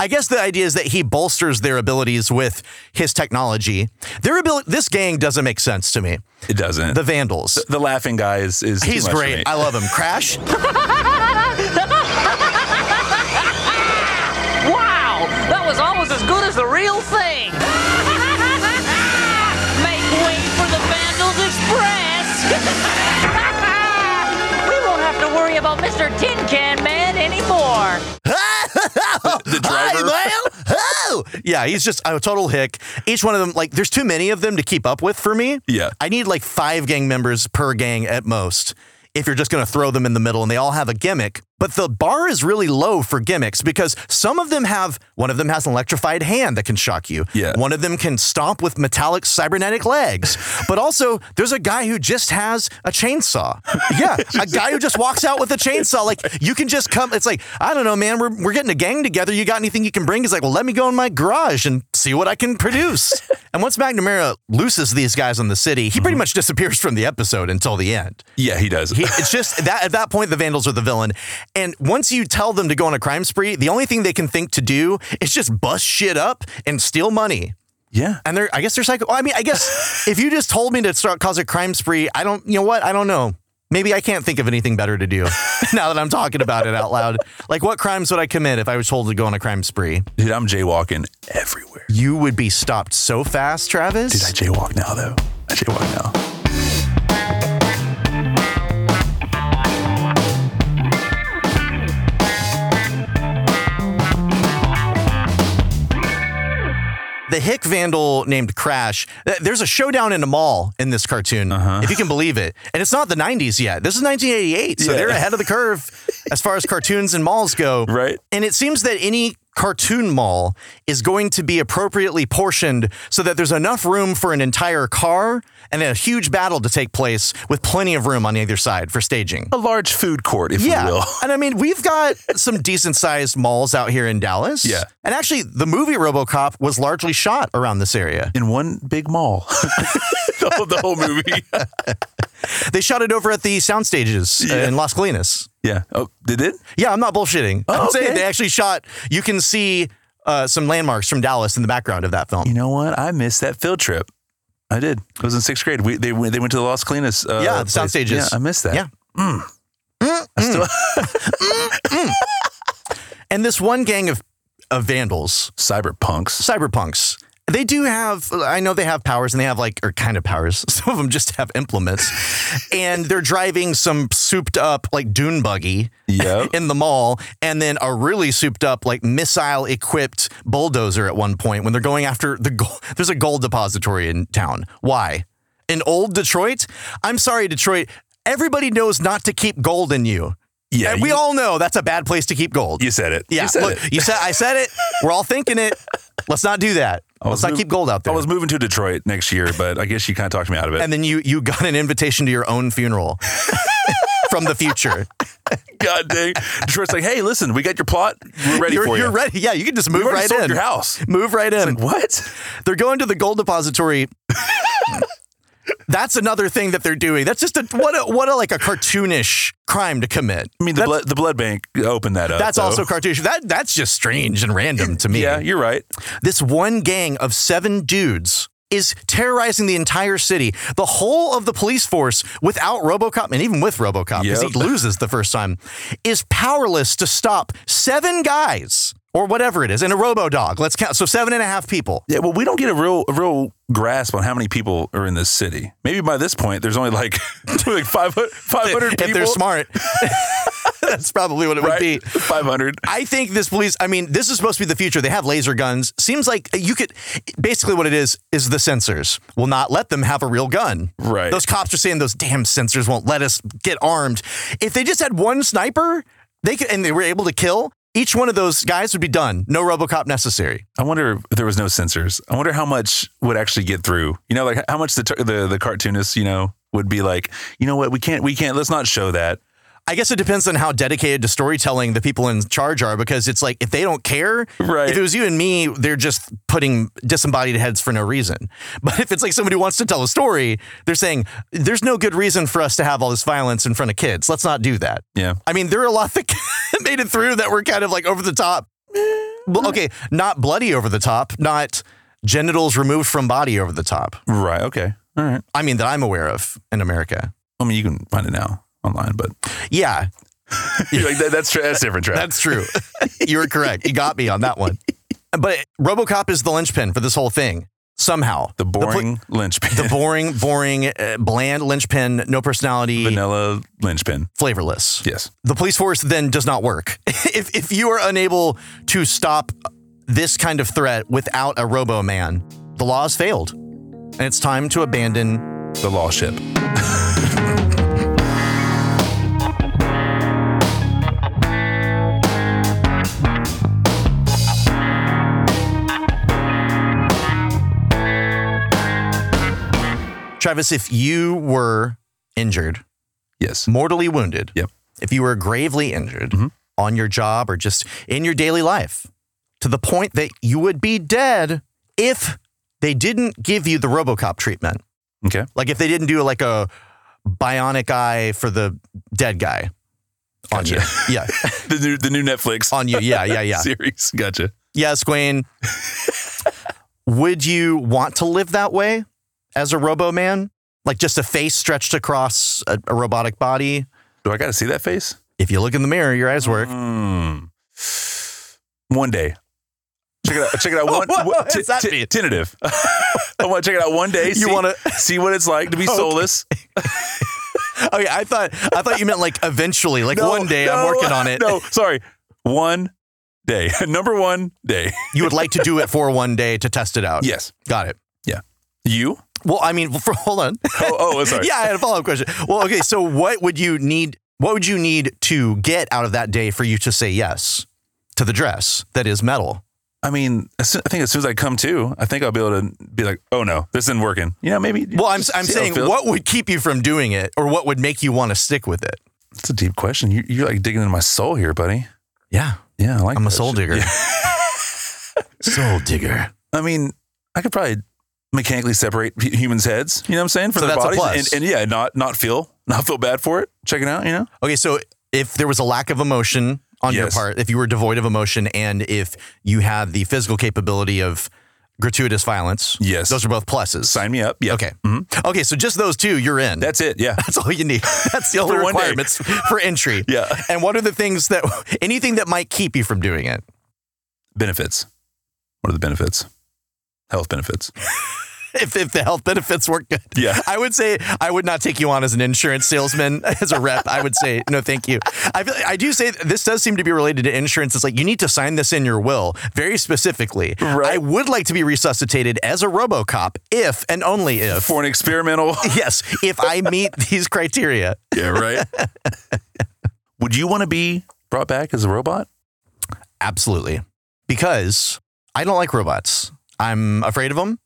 Speaker 3: I guess the idea is that he bolsters their abilities with his technology. Their ability this gang doesn't make sense to me.
Speaker 1: It doesn't. The,
Speaker 3: The Vandals.
Speaker 1: the laughing guy is is too
Speaker 3: He's
Speaker 1: much for
Speaker 3: great.
Speaker 1: me.
Speaker 3: I love him.
Speaker 1: [LAUGHS]
Speaker 3: Crash.
Speaker 10: Wow, that was almost as good as the real thing. [LAUGHS] Make way for the Vandals Express. [LAUGHS] we won't have to worry about Mr. Tin Can Man anymore.
Speaker 1: the driver.
Speaker 3: [LAUGHS] Hi, man. Oh. Yeah, he's just a total hick. Each one of them, like, there's too many of them to keep up with for me.
Speaker 1: Yeah.
Speaker 3: I need like five gang members per gang at most if you're just going to throw them in the middle and they all have a gimmick. But the bar is really low for gimmicks because some of them have, one of them has an electrified hand that can shock you.
Speaker 1: Yeah.
Speaker 3: One of them can stomp with metallic cybernetic legs. but also, there's a guy who just has a chainsaw. Yeah, a guy who just walks out with a chainsaw. Like, you can just come. It's like, I don't know, man, we're, we're getting a gang together. You got anything you can bring? He's like, well, let me go in my garage and see what I can produce. and once McNamara looses these guys on the city, he pretty much disappears from the episode until the end.
Speaker 1: Yeah, he does.
Speaker 3: He, it's just that at that point the vandals are the villain, and once you tell them to go on a crime spree, the only thing they can think to do is just bust shit up and steal money.
Speaker 1: [LAUGHS] yeah.
Speaker 3: And they're, I guess they're psycho. Well, I mean, I
Speaker 1: [LAUGHS]
Speaker 3: guess if you just told me to start cause a crime spree, I don't, you know what? I don't know. Maybe I can't think of anything
Speaker 1: [LAUGHS]
Speaker 3: better to do now that I'm talking about it out loud. Like, what crimes would I commit if I was told to go on a crime spree?
Speaker 1: Dude, I'm jaywalking everywhere.
Speaker 3: You would be stopped so fast, Travis.
Speaker 1: Dude, I jaywalk now though. I jaywalk now.
Speaker 3: the hick vandal named Crash. th- There's a showdown in a mall in this cartoon,
Speaker 1: Uh-huh.
Speaker 3: if you can believe it. And it's not the 90s yet. This is 1988, so
Speaker 1: Yeah.
Speaker 3: they're ahead of the curve as far as
Speaker 1: [LAUGHS]
Speaker 3: cartoons and malls go.
Speaker 1: Right.
Speaker 3: And it seems that any cartoon mall is going to be appropriately portioned so that there's enough room for an entire car and a huge battle to take place with plenty of room on either side for staging.
Speaker 1: A large food court, if
Speaker 3: Yeah.
Speaker 1: you will. [LAUGHS]
Speaker 3: And I mean, we've got some decent sized malls out here in Dallas.
Speaker 1: Yeah.
Speaker 3: And actually, the movie Robocop was largely shot around this area.
Speaker 1: In one big mall. [LAUGHS] the, whole, the whole movie. [LAUGHS]
Speaker 3: They shot it over at the sound stages uh,
Speaker 1: Yeah.
Speaker 3: in Las Colinas.
Speaker 1: yeah. Oh, did it?
Speaker 3: Yeah, I'm not bullshitting. I'm saying
Speaker 1: Oh, okay.
Speaker 3: they actually shot, you can see uh, some landmarks from Dallas in the background of that film.
Speaker 1: You know what? I missed that field trip. I did. It was in sixth grade. We they went- they went to the Los Colinas. Uh,
Speaker 3: yeah, the sound
Speaker 1: place.
Speaker 3: stages.
Speaker 1: Yeah, I missed that. Hmm.
Speaker 3: Yeah. Mm-hmm. [LAUGHS]
Speaker 1: [LAUGHS]
Speaker 3: And this one gang of, of vandals,
Speaker 1: Cyberpunks.
Speaker 3: cyberpunks, they do have, I know they have powers and they have like, or kind of powers. [LAUGHS] Some of them just have implements. and they're driving some souped up like dune buggy
Speaker 1: Yep.
Speaker 3: [LAUGHS] in the mall and then a really souped up like missile equipped bulldozer at one point when they're going after the gold [LAUGHS] there's a gold depository in town why in old detroit i'm sorry detroit everybody knows not to keep gold in you
Speaker 1: Yeah,
Speaker 3: and we
Speaker 1: you-
Speaker 3: all know that's a bad place to keep gold
Speaker 1: You said it.
Speaker 3: yeah
Speaker 1: You said
Speaker 3: look
Speaker 1: it.
Speaker 3: you said i said it we're all thinking it let's not do that let's
Speaker 1: was
Speaker 3: not
Speaker 1: mov-
Speaker 3: keep gold out
Speaker 1: I
Speaker 3: there
Speaker 1: was moving to Detroit next year, but I guess you kind of talked me out of it.
Speaker 3: and then you you got an invitation to your own funeral [LAUGHS] from the future
Speaker 1: God dang. Detroit's like, hey, listen, we got your plot. We're ready
Speaker 3: you're,
Speaker 1: for you.
Speaker 3: you're ready yeah you can just
Speaker 1: We've
Speaker 3: move
Speaker 1: already
Speaker 3: right
Speaker 1: sold
Speaker 3: in
Speaker 1: your house.
Speaker 3: move right in
Speaker 1: What?
Speaker 3: They're going to the gold
Speaker 1: [LAUGHS]
Speaker 3: depository. That's another thing that they're doing. That's just a what a what a like a cartoonish crime to commit.
Speaker 1: I mean, the, blood, the blood bank opened that up.
Speaker 3: That's
Speaker 1: though.
Speaker 3: also cartoonish. That that's just strange and random to me.
Speaker 1: Yeah, you're right.
Speaker 3: This one gang of seven dudes is terrorizing the entire city, the whole of the police force without RoboCop and even with RoboCop because
Speaker 1: Yep.
Speaker 3: he loses the first time is powerless to stop seven guys or whatever it is, and a robo dog. Let's count. So seven and a half people.
Speaker 1: Yeah, well, we don't get a real a real grasp on how many people are in this city. Maybe by this point, there's only like [LAUGHS] like 500, 500
Speaker 3: if
Speaker 1: people.
Speaker 3: they're smart. [LAUGHS] That's probably what it would be.
Speaker 1: right? 500.
Speaker 3: I think this police. I mean, this is supposed to be the future. They have laser guns. Seems like you could. Basically, what it is is the sensors will not let them have a real gun.
Speaker 1: Right.
Speaker 3: Those cops are saying those damn sensors won't let us get armed. If they just had one sniper, they could, and they were able to kill each one of those guys would be done. No RoboCop necessary.
Speaker 1: I wonder if there was no censors. I wonder how much would actually get through. You know, like how much the the the cartoonists, you know, would be like, you know what, we can't, we can't, let's not show that.
Speaker 3: I guess it depends on how dedicated to storytelling the people in charge are, because it's like if they don't care,
Speaker 1: Right.
Speaker 3: if it was you and me, they're just putting disembodied heads for no reason. [LAUGHS] But if it's like somebody who wants to tell a story, they're saying there's no good reason for us to have all this violence in front of kids. Let's not do that.
Speaker 1: Yeah.
Speaker 3: I mean, there are a lot that [LAUGHS] made it through that were kind of like over the top. Well, okay, not bloody over the top, not genitals removed from body over the top.
Speaker 1: Right. Okay. All right.
Speaker 3: I mean, that I'm aware of in America.
Speaker 1: I mean, you can find it now online, but
Speaker 3: Yeah,
Speaker 1: [LAUGHS] You're like, that, that's, that's different, Trav.
Speaker 3: That's true. you were correct. You got me on that one. But RoboCop is the linchpin for this whole thing somehow.
Speaker 1: the
Speaker 3: pla-
Speaker 1: boring linchpin.
Speaker 3: the boring, boring, uh, bland linchpin, no
Speaker 1: [LAUGHS]
Speaker 3: personality,
Speaker 1: vanilla linchpin.
Speaker 3: flavorless.
Speaker 1: Yes.
Speaker 3: The police force then does not work. [LAUGHS] if if you are unable to stop this kind of threat without a Robo Man, the law has failed, and it's time to abandon.
Speaker 1: The law ship.
Speaker 3: Travis, if you were injured,
Speaker 1: Yes.
Speaker 3: mortally wounded,
Speaker 1: Yep.
Speaker 3: if you were gravely injured on your job or just in your daily life to the point that you would be dead if they didn't give you the RoboCop treatment.
Speaker 1: Okay.
Speaker 3: Like if they didn't do like a bionic eye for the dead guy on you. Yeah.
Speaker 1: The new the new Netflix
Speaker 3: on you. Yeah,
Speaker 1: [LAUGHS]
Speaker 3: yeah, yeah.
Speaker 1: series. Gotcha.
Speaker 3: Yes, Queen. would you want to live that way as a robo man? Like just a face stretched across a, a robotic body?
Speaker 1: Do I got to see that face?
Speaker 3: If you look in the mirror, your eyes work.
Speaker 1: Mm. One day. Check it out. Check it [LAUGHS] out. One,
Speaker 3: What
Speaker 1: one-
Speaker 3: does that mean?
Speaker 1: tentative. [LAUGHS] I want to check it out one day.
Speaker 3: You wanna-
Speaker 1: to see what it's like to be [LAUGHS] soulless.
Speaker 3: Oh yeah, I thought I thought you meant like eventually,
Speaker 1: [LAUGHS]
Speaker 3: like
Speaker 1: No,
Speaker 3: one day I'm
Speaker 1: no, [LAUGHS]
Speaker 3: working on it.
Speaker 1: No, sorry. One day. [LAUGHS] Number one day.
Speaker 3: You would like to do it for one day to test it out.
Speaker 1: Yes.
Speaker 3: Got it.
Speaker 1: You?
Speaker 3: Well, I mean, [LAUGHS] for, hold on.
Speaker 1: Oh, oh [LAUGHS] sorry.
Speaker 3: yeah, I had a follow up question. Well, okay, so what would you need? What would you need to get out of that day for you to say yes to the dress that is metal?
Speaker 1: I mean, as soon- I think as soon as I come to, I think I'll be able to be like, oh no, this isn't working. You know, maybe.
Speaker 3: Well, I'm I'm
Speaker 1: See how it
Speaker 3: saying
Speaker 1: feels.
Speaker 3: what would keep you from doing it, or what would make you want to stick with it?
Speaker 1: That's a deep question. You, you're like digging into my soul here, buddy.
Speaker 3: Yeah,
Speaker 1: Yeah, I like
Speaker 3: I'm a
Speaker 1: that
Speaker 3: soul
Speaker 1: shit. [LAUGHS]
Speaker 3: digger. soul digger.
Speaker 1: I mean, I could probably mechanically separate hu- humans' heads. You know what I'm saying? From
Speaker 3: So
Speaker 1: their
Speaker 3: that's a
Speaker 1: bodies,
Speaker 3: plus.
Speaker 1: And, and yeah, not not feel not feel bad for it. Check it out. You know,
Speaker 3: Okay, so if there was a lack of emotion on your
Speaker 1: Yes.
Speaker 3: part, if you were devoid of emotion, and if you had the physical capability of gratuitous violence,
Speaker 1: Yes. Mm-hmm.
Speaker 3: those are both pluses.
Speaker 1: sign me up. Yeah.
Speaker 3: [LAUGHS] Okay, okay, so just those two, you're in.
Speaker 1: that's it. Yeah.
Speaker 3: That's all you need. [LAUGHS] That's the only
Speaker 1: For one day.
Speaker 3: requirements for entry.
Speaker 1: [LAUGHS] Yeah.
Speaker 3: And what are the things that anything that might keep you from doing it?
Speaker 1: benefits. What are the benefits? Health benefits.
Speaker 3: If, if the health benefits weren't good,
Speaker 1: Yeah.
Speaker 3: I would say I would not take you on as an insurance salesman [LAUGHS] as a rep. I would say no, thank you. I feel- I do say this does seem to be related to insurance. It's like you need to sign this in your will very specifically.
Speaker 1: Right.
Speaker 3: I would like to be resuscitated as a RoboCop if and only if.
Speaker 1: For an experimental.
Speaker 3: [LAUGHS] Yes, if I meet these criteria.
Speaker 1: yeah. Right. Would you want to be brought back as a robot? [LAUGHS]
Speaker 3: Absolutely. Because I don't like robots. I'm afraid of them.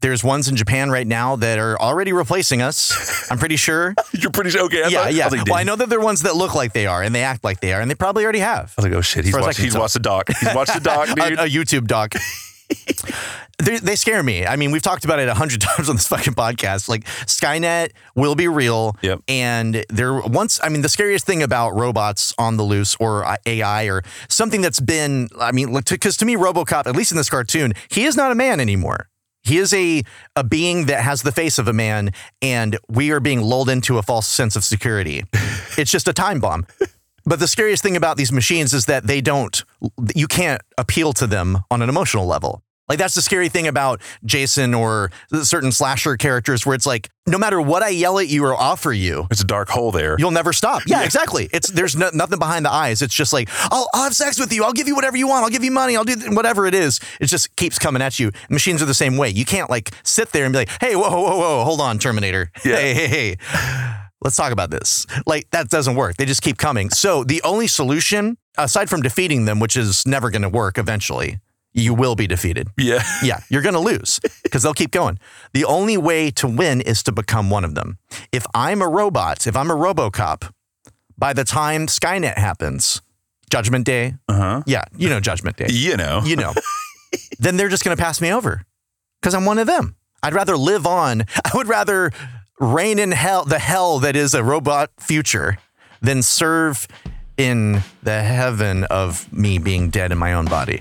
Speaker 3: There's ones in Japan right now that are already replacing us. I'm pretty sure.
Speaker 1: You're pretty sure. Okay. I
Speaker 3: yeah,
Speaker 1: thought,
Speaker 3: yeah.
Speaker 1: I was like,
Speaker 3: well, I
Speaker 1: dang.
Speaker 3: know that they're ones that look like they are and they act like they are, and they probably already have.
Speaker 1: I was like, oh shit, he's
Speaker 3: As far as I
Speaker 1: watched,
Speaker 3: can
Speaker 1: he's
Speaker 3: tell.
Speaker 1: watched the doc. He's watched the
Speaker 3: [LAUGHS]
Speaker 1: doc,
Speaker 3: A,
Speaker 1: dude.
Speaker 3: a YouTube doc. [LAUGHS] they, they scare me. I mean, we've talked about it a hundred [LAUGHS] times on this fucking podcast. Like Skynet will be real,
Speaker 1: Yep.
Speaker 3: and there once. I mean, the scariest thing about robots on the loose or uh, AI or something that's been. I mean, because to me, RoboCop, at least in this cartoon, he is not a man anymore. He is a a being that has the face of
Speaker 1: [LAUGHS]
Speaker 3: a man, and we are being lulled into a false sense of security. it's just a time bomb. But the scariest thing about these machines is that they don't, you can't appeal to them on an emotional level. Like, that's the scary thing about Jason or certain slasher characters where it's like, no matter what I yell at you or offer you,
Speaker 1: it's a dark hole there.
Speaker 3: You'll never stop. Yeah, exactly. It's there's no, nothing behind the eyes. It's just like I'll, I'll have sex with you. I'll give you whatever you want. I'll give you money. I'll do th- whatever it is. It just keeps coming at you. Machines are the same way. You can't like sit there and be like, hey, whoa, whoa, whoa, hold on, Terminator. Hey, hey, hey. Let's talk about this. Like that doesn't work. They just keep coming. So the only solution, aside from defeating them, which is never going to work eventually, you will be defeated.
Speaker 1: Yeah.
Speaker 3: Yeah. [LAUGHS] You're going to lose because they'll keep going. The only way to win is to become one of them. If I'm a robot, if I'm a Robocop, by the time Skynet happens, Judgment Day, uh-huh. yeah, you know, Judgment
Speaker 1: [LAUGHS]
Speaker 3: Day,
Speaker 1: You know.
Speaker 3: you know, then they're just going to pass me over because I'm one of them. I'd rather live on, [LAUGHS] I would rather reign in hell, the hell that is a robot future than serve in the heaven of me being dead in my own body.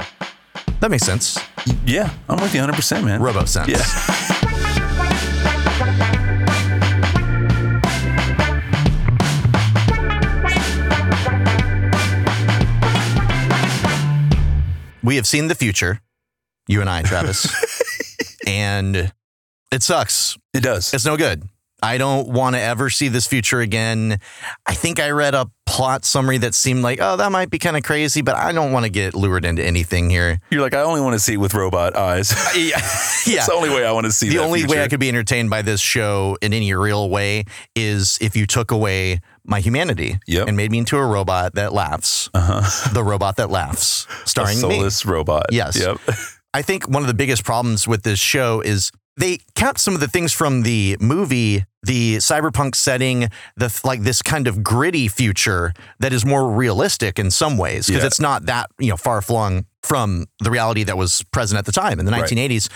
Speaker 3: That makes sense.
Speaker 1: Yeah, I'm with you 100%, man.
Speaker 3: Robo sense.
Speaker 1: Yeah.
Speaker 3: We have seen the future, you and I, Travis, and it sucks.
Speaker 1: It does.
Speaker 3: It's no good. I don't want to ever see this future again. I think I read a plot summary that seemed like, oh, that might be kind of crazy, but I don't want to get lured into anything here.
Speaker 1: You're like, I only want to see it with robot eyes.
Speaker 3: [LAUGHS] Yeah.
Speaker 1: [LAUGHS] It's the only way I want to see
Speaker 3: the
Speaker 1: that
Speaker 3: only way
Speaker 1: future.
Speaker 3: I could be entertained by this show in any real way is if you took away my humanity
Speaker 1: Yep. Uh-huh.
Speaker 3: and made me into a robot that laughs. The robot that laughs,
Speaker 1: [LAUGHS] A
Speaker 3: starring me.
Speaker 1: soulless robot.
Speaker 3: Yes. [LAUGHS]
Speaker 1: Yep.
Speaker 3: I think one of the biggest problems with this show is they kept some of the things from the movie, the cyberpunk setting, the like this kind of gritty future that is more realistic in some ways because
Speaker 1: Yeah.
Speaker 3: it's not that you know far flung from the reality that was present at the time in the
Speaker 1: Right.
Speaker 3: 1980s.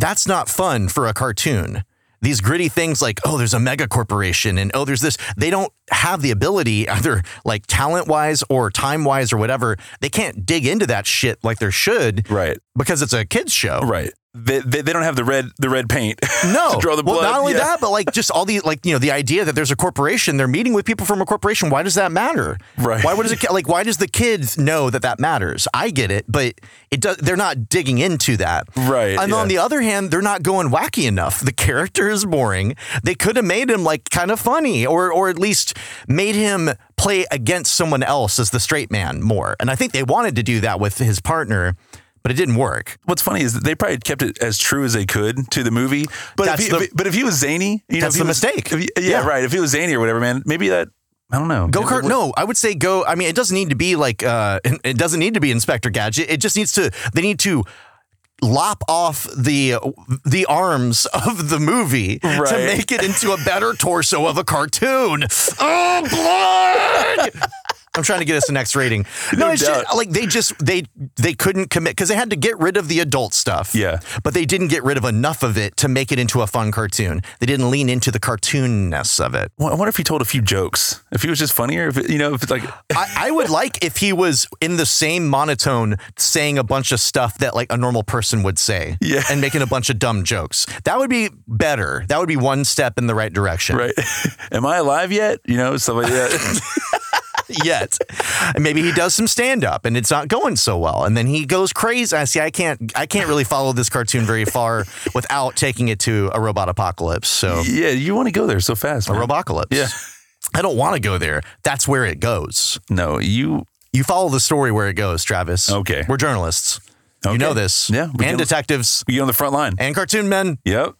Speaker 3: That's not fun for a cartoon. These gritty things like, oh, there's a mega corporation and oh, there's this. They don't have the ability, [LAUGHS] either like talent wise or time wise or whatever. They can't dig into that shit like there should
Speaker 1: Right.
Speaker 3: because it's a kids show.
Speaker 1: Right. They, they, they don't have the red the red paint. [LAUGHS]
Speaker 3: No,
Speaker 1: to draw the
Speaker 3: well,
Speaker 1: blood.
Speaker 3: not only
Speaker 1: Yeah.
Speaker 3: that, but like just all the like you know the idea that there's a corporation, they're meeting with people from a corporation. Why does that matter?
Speaker 1: Right.
Speaker 3: Why does it like? Why does the kids know that that matters? I get it, but it does. They're not digging into that.
Speaker 1: Right,
Speaker 3: And on
Speaker 1: yeah.
Speaker 3: the other hand, they're not going wacky enough. The character is boring. They could have made him like kind of funny, or or at least made him play against someone else as the straight man more. And I think they wanted to do that with his partner, but it didn't work.
Speaker 1: What's funny is that they probably kept it as true as they could to the movie. But if
Speaker 3: That's
Speaker 1: he,
Speaker 3: the-
Speaker 1: if- but if he was zany, you know,
Speaker 3: That's
Speaker 1: if he
Speaker 3: the
Speaker 1: was-
Speaker 3: mistake.
Speaker 1: if he- yeah,
Speaker 3: Yeah.
Speaker 1: right. If he was zany or whatever, man, maybe that I don't know.
Speaker 3: Go
Speaker 1: Maybe it
Speaker 3: kart?
Speaker 1: would-
Speaker 3: No, I would say go. I mean, it doesn't need to be like uh, [LAUGHS] it doesn't need to be Inspector Gadget. It just needs to. They need to lop off the the arms [LAUGHS] of the movie to
Speaker 1: Right.
Speaker 3: make it into a
Speaker 1: [LAUGHS]
Speaker 3: better torso of a cartoon. Oh, blood! [LAUGHS] I'm trying to get us an X rating. No,
Speaker 1: No
Speaker 3: it's just,
Speaker 1: doubt.
Speaker 3: like they just they they couldn't commit because they had to get rid of the adult stuff.
Speaker 1: Yeah.
Speaker 3: but they didn't get rid of enough of it to make it into a fun cartoon. They didn't lean into the cartoonness of it.
Speaker 1: I wonder if he told a few jokes. If he was just funnier, if it, you know, if it's
Speaker 3: [LAUGHS]
Speaker 1: like
Speaker 3: I,
Speaker 1: [LAUGHS]
Speaker 3: I would like if he was in the same monotone saying a bunch of stuff that like a normal person would say
Speaker 1: Yeah.
Speaker 3: and making a bunch of dumb jokes. That would be better. That would be one step in the right direction.
Speaker 1: right. Am I alive yet? You know, stuff like that.
Speaker 3: [LAUGHS] Yet. And maybe he does some stand up and it's not going so well. And then he goes crazy. I see I can't I can't really follow this cartoon very far [LAUGHS] without taking it to a robot apocalypse. So
Speaker 1: yeah, you want to go there so fast.
Speaker 3: a
Speaker 1: man.
Speaker 3: robocalypse.
Speaker 1: Yeah.
Speaker 3: I don't want to go there. That's where it goes.
Speaker 1: No, you
Speaker 3: You follow the story where it goes, Travis.
Speaker 1: Okay.
Speaker 3: We're journalists.
Speaker 1: Okay.
Speaker 3: You know this.
Speaker 1: Yeah, we
Speaker 3: And
Speaker 1: do.
Speaker 3: detectives
Speaker 1: you on the front line.
Speaker 3: and cartoon men. [LAUGHS]
Speaker 1: Yep.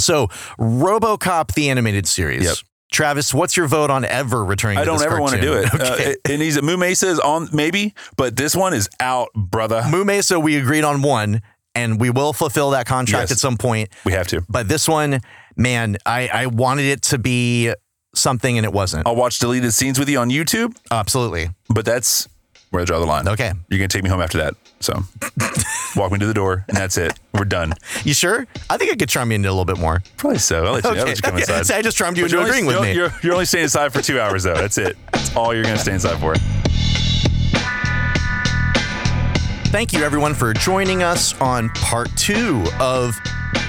Speaker 3: So, RoboCop the animated series.
Speaker 1: Yep.
Speaker 3: Travis, what's your vote on ever returning?
Speaker 1: I
Speaker 3: to
Speaker 1: don't
Speaker 3: this
Speaker 1: ever want to do it.
Speaker 3: cartoon? [LAUGHS]
Speaker 1: Uh,
Speaker 3: Okay.
Speaker 1: it- and he's a Moo Mesa is on maybe, but this one is out, brother.
Speaker 3: Moo Mesa, we agreed on one, and we will fulfill that contract
Speaker 1: Yes.
Speaker 3: at some point.
Speaker 1: We have to.
Speaker 3: But this one, man, I, I wanted it to be something, and it wasn't.
Speaker 1: I'll watch deleted scenes with you on YouTube,
Speaker 3: Absolutely.
Speaker 1: but that's where I draw the line.
Speaker 3: Okay.
Speaker 1: You're going to take me home after that.
Speaker 3: [LAUGHS]
Speaker 1: So walk me to the door, and that's it. We're done.
Speaker 3: You sure? I think I could charm you into a little bit more.
Speaker 1: Probably so. I'll let you, I'll let you come
Speaker 3: [LAUGHS] okay.
Speaker 1: inside.
Speaker 3: See, I just charmed you
Speaker 1: But you're
Speaker 3: into
Speaker 1: only-
Speaker 3: agreeing with
Speaker 1: you're-
Speaker 3: me.
Speaker 1: You're, you're only staying inside for two hours, though. That's it. That's all you're going to stay inside for.
Speaker 3: Thank you, everyone, for joining us on part two of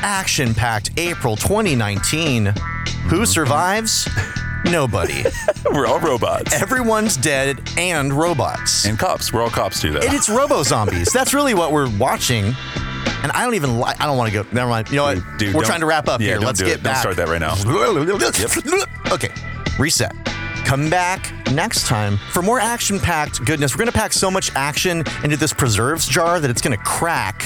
Speaker 3: action packed April 2019. Who survives? Nobody.
Speaker 1: We're all robots.
Speaker 3: Everyone's dead and robots.
Speaker 1: And cops. We're all cops too, though.
Speaker 3: And it's robo zombies. That's really what we're watching. And I don't even like. I don't want to go. Never mind. You know what?
Speaker 1: Dude,
Speaker 3: we're
Speaker 1: don't-
Speaker 3: trying to wrap up
Speaker 1: yeah,
Speaker 3: here.
Speaker 1: don't
Speaker 3: Let's
Speaker 1: do
Speaker 3: get
Speaker 1: it. Don't
Speaker 3: back.
Speaker 1: start that right now.
Speaker 3: [LAUGHS] Okay. Reset. Come back next time for more action packed goodness. We're going to pack so much action into this preserves jar that it's going to crack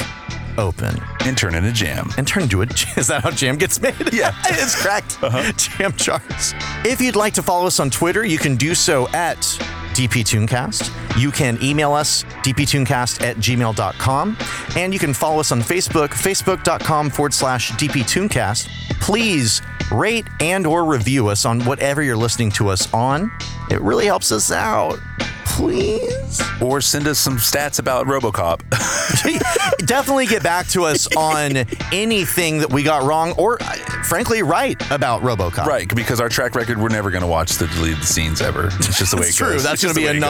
Speaker 3: open
Speaker 1: and turn into jam.
Speaker 3: And turn into a [LAUGHS] is that how jam gets made? [LAUGHS] Yeah, it's cracked. Jam jars. If you'd like to follow us on Twitter, you can do so at dptooncast. You can email us dptooncast at gmail.com. And you can follow us on Facebook, facebook.com forward slash dptooncast. Please rate and or review us on whatever you're listening to us on. It really helps us out. Please.
Speaker 1: Or send us some stats about Robocop. [LAUGHS]
Speaker 3: [LAUGHS] definitely get back to us on anything that we got wrong or uh, frankly right about RoboCop.
Speaker 1: Right, because our track record, we're never going to watch the deleted scenes ever. It's just the way
Speaker 3: It's
Speaker 1: it goes.
Speaker 3: true. That's
Speaker 1: It's just
Speaker 3: going to
Speaker 1: the way
Speaker 3: be
Speaker 1: it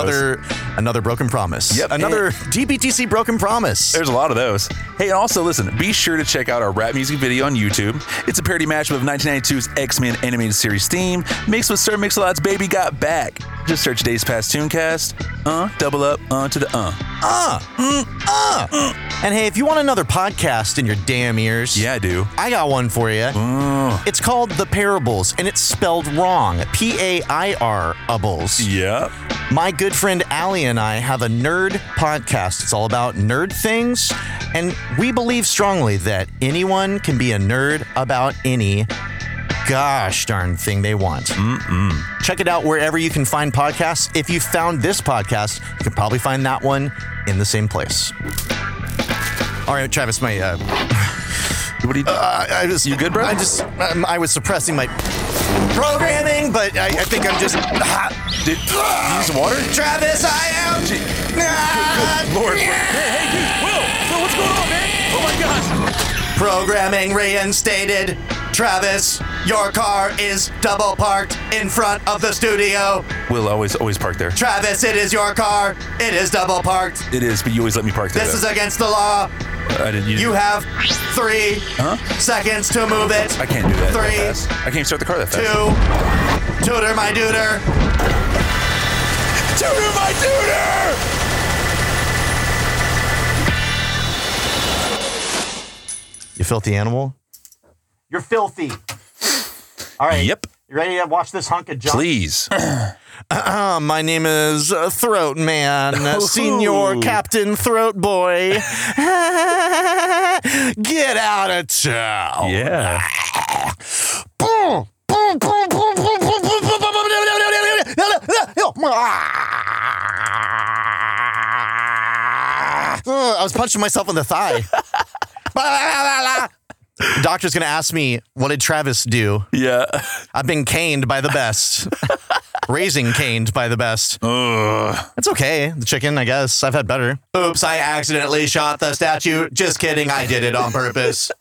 Speaker 1: goes.
Speaker 3: another another broken promise.
Speaker 1: Yep. Eh. Er-
Speaker 3: Another
Speaker 1: And-
Speaker 3: DBTC broken promise.
Speaker 1: There's a lot of those. Hey, and also listen, be sure to check out our rap music video on YouTube. It's a parody mashup of 1992's X-Men animated series theme, mixed with Sir Mix-a-Lot's Baby Got Back. Just search Days Past Tooncast, uh, double up, uh, to the uh.
Speaker 3: Uh, mm, uh. And hey, if you want another podcast in your damn ears,
Speaker 1: Yeah, Oh. I do.
Speaker 3: I got one for you. It's called The Parables, and it's spelled wrong. P A I R ables.
Speaker 1: Yeah.
Speaker 3: My good friend Allie and I have a nerd podcast. It's all about nerd things, and we believe strongly that anyone can be a nerd about any gosh darn thing they want. Check it out wherever you can find podcasts. If you found this podcast, you can probably find that one in the same place. All right, Travis, my. Uh,
Speaker 1: what are you doing?
Speaker 3: Uh, I just,
Speaker 1: You good, bro?
Speaker 3: I just. Um, I was suppressing my programming, but I, I think I'm just.
Speaker 1: Did you use water?
Speaker 3: Travis, I am. Ah,
Speaker 1: Lord. Hey, hey, dude, Will, Will, what's going on, man? Oh my gosh.
Speaker 2: Programming reinstated. Travis, your car is double parked in front of the studio.
Speaker 1: Will always, always park there.
Speaker 2: Travis, it is your car. It is double parked.
Speaker 1: It is, but you always let me park there.
Speaker 2: This is against the law.
Speaker 1: a. I didn't. You,
Speaker 2: You
Speaker 1: didn't-
Speaker 2: have three seconds to move it.
Speaker 1: I can't do that. that
Speaker 2: Three,
Speaker 1: fast. I can't start the car that fast.
Speaker 2: Two. Tutor my duder.
Speaker 1: Tutor my tutor!
Speaker 3: You filthy animal. You're filthy. All right.
Speaker 1: Yep.
Speaker 3: You ready to watch this hunk of junk?
Speaker 1: Please.
Speaker 3: Uh, my name is uh, Throat Man, uh, Senior
Speaker 1: Ooh.
Speaker 3: Captain Throat Boy. [LAUGHS] Get out of
Speaker 2: Oh.
Speaker 3: town.
Speaker 1: Yeah.
Speaker 3: Uh, I was punching myself in the thigh. Doctor's gonna ask me, what did Travis do?
Speaker 1: Yeah.
Speaker 3: I've been caned by the best. Raising caned by the best.
Speaker 1: Ugh.
Speaker 3: It's okay. The chicken, I guess. I've had better.
Speaker 2: Oops, I accidentally shot the statue. Just kidding, I did it on
Speaker 3: [LAUGHS]
Speaker 2: purpose.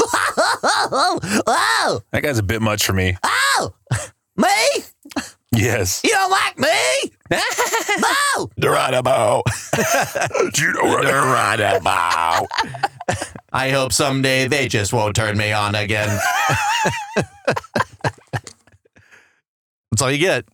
Speaker 3: Oh,
Speaker 1: That guy's a bit much for me.
Speaker 2: Ah.
Speaker 3: oh, me?
Speaker 1: Yes.
Speaker 3: You don't like
Speaker 2: [LAUGHS]
Speaker 3: me? no.
Speaker 1: Geronimo. [LAUGHS] Geronimo.
Speaker 2: I hope someday they just won't turn me on
Speaker 3: [LAUGHS]
Speaker 2: again.
Speaker 3: That's all you get.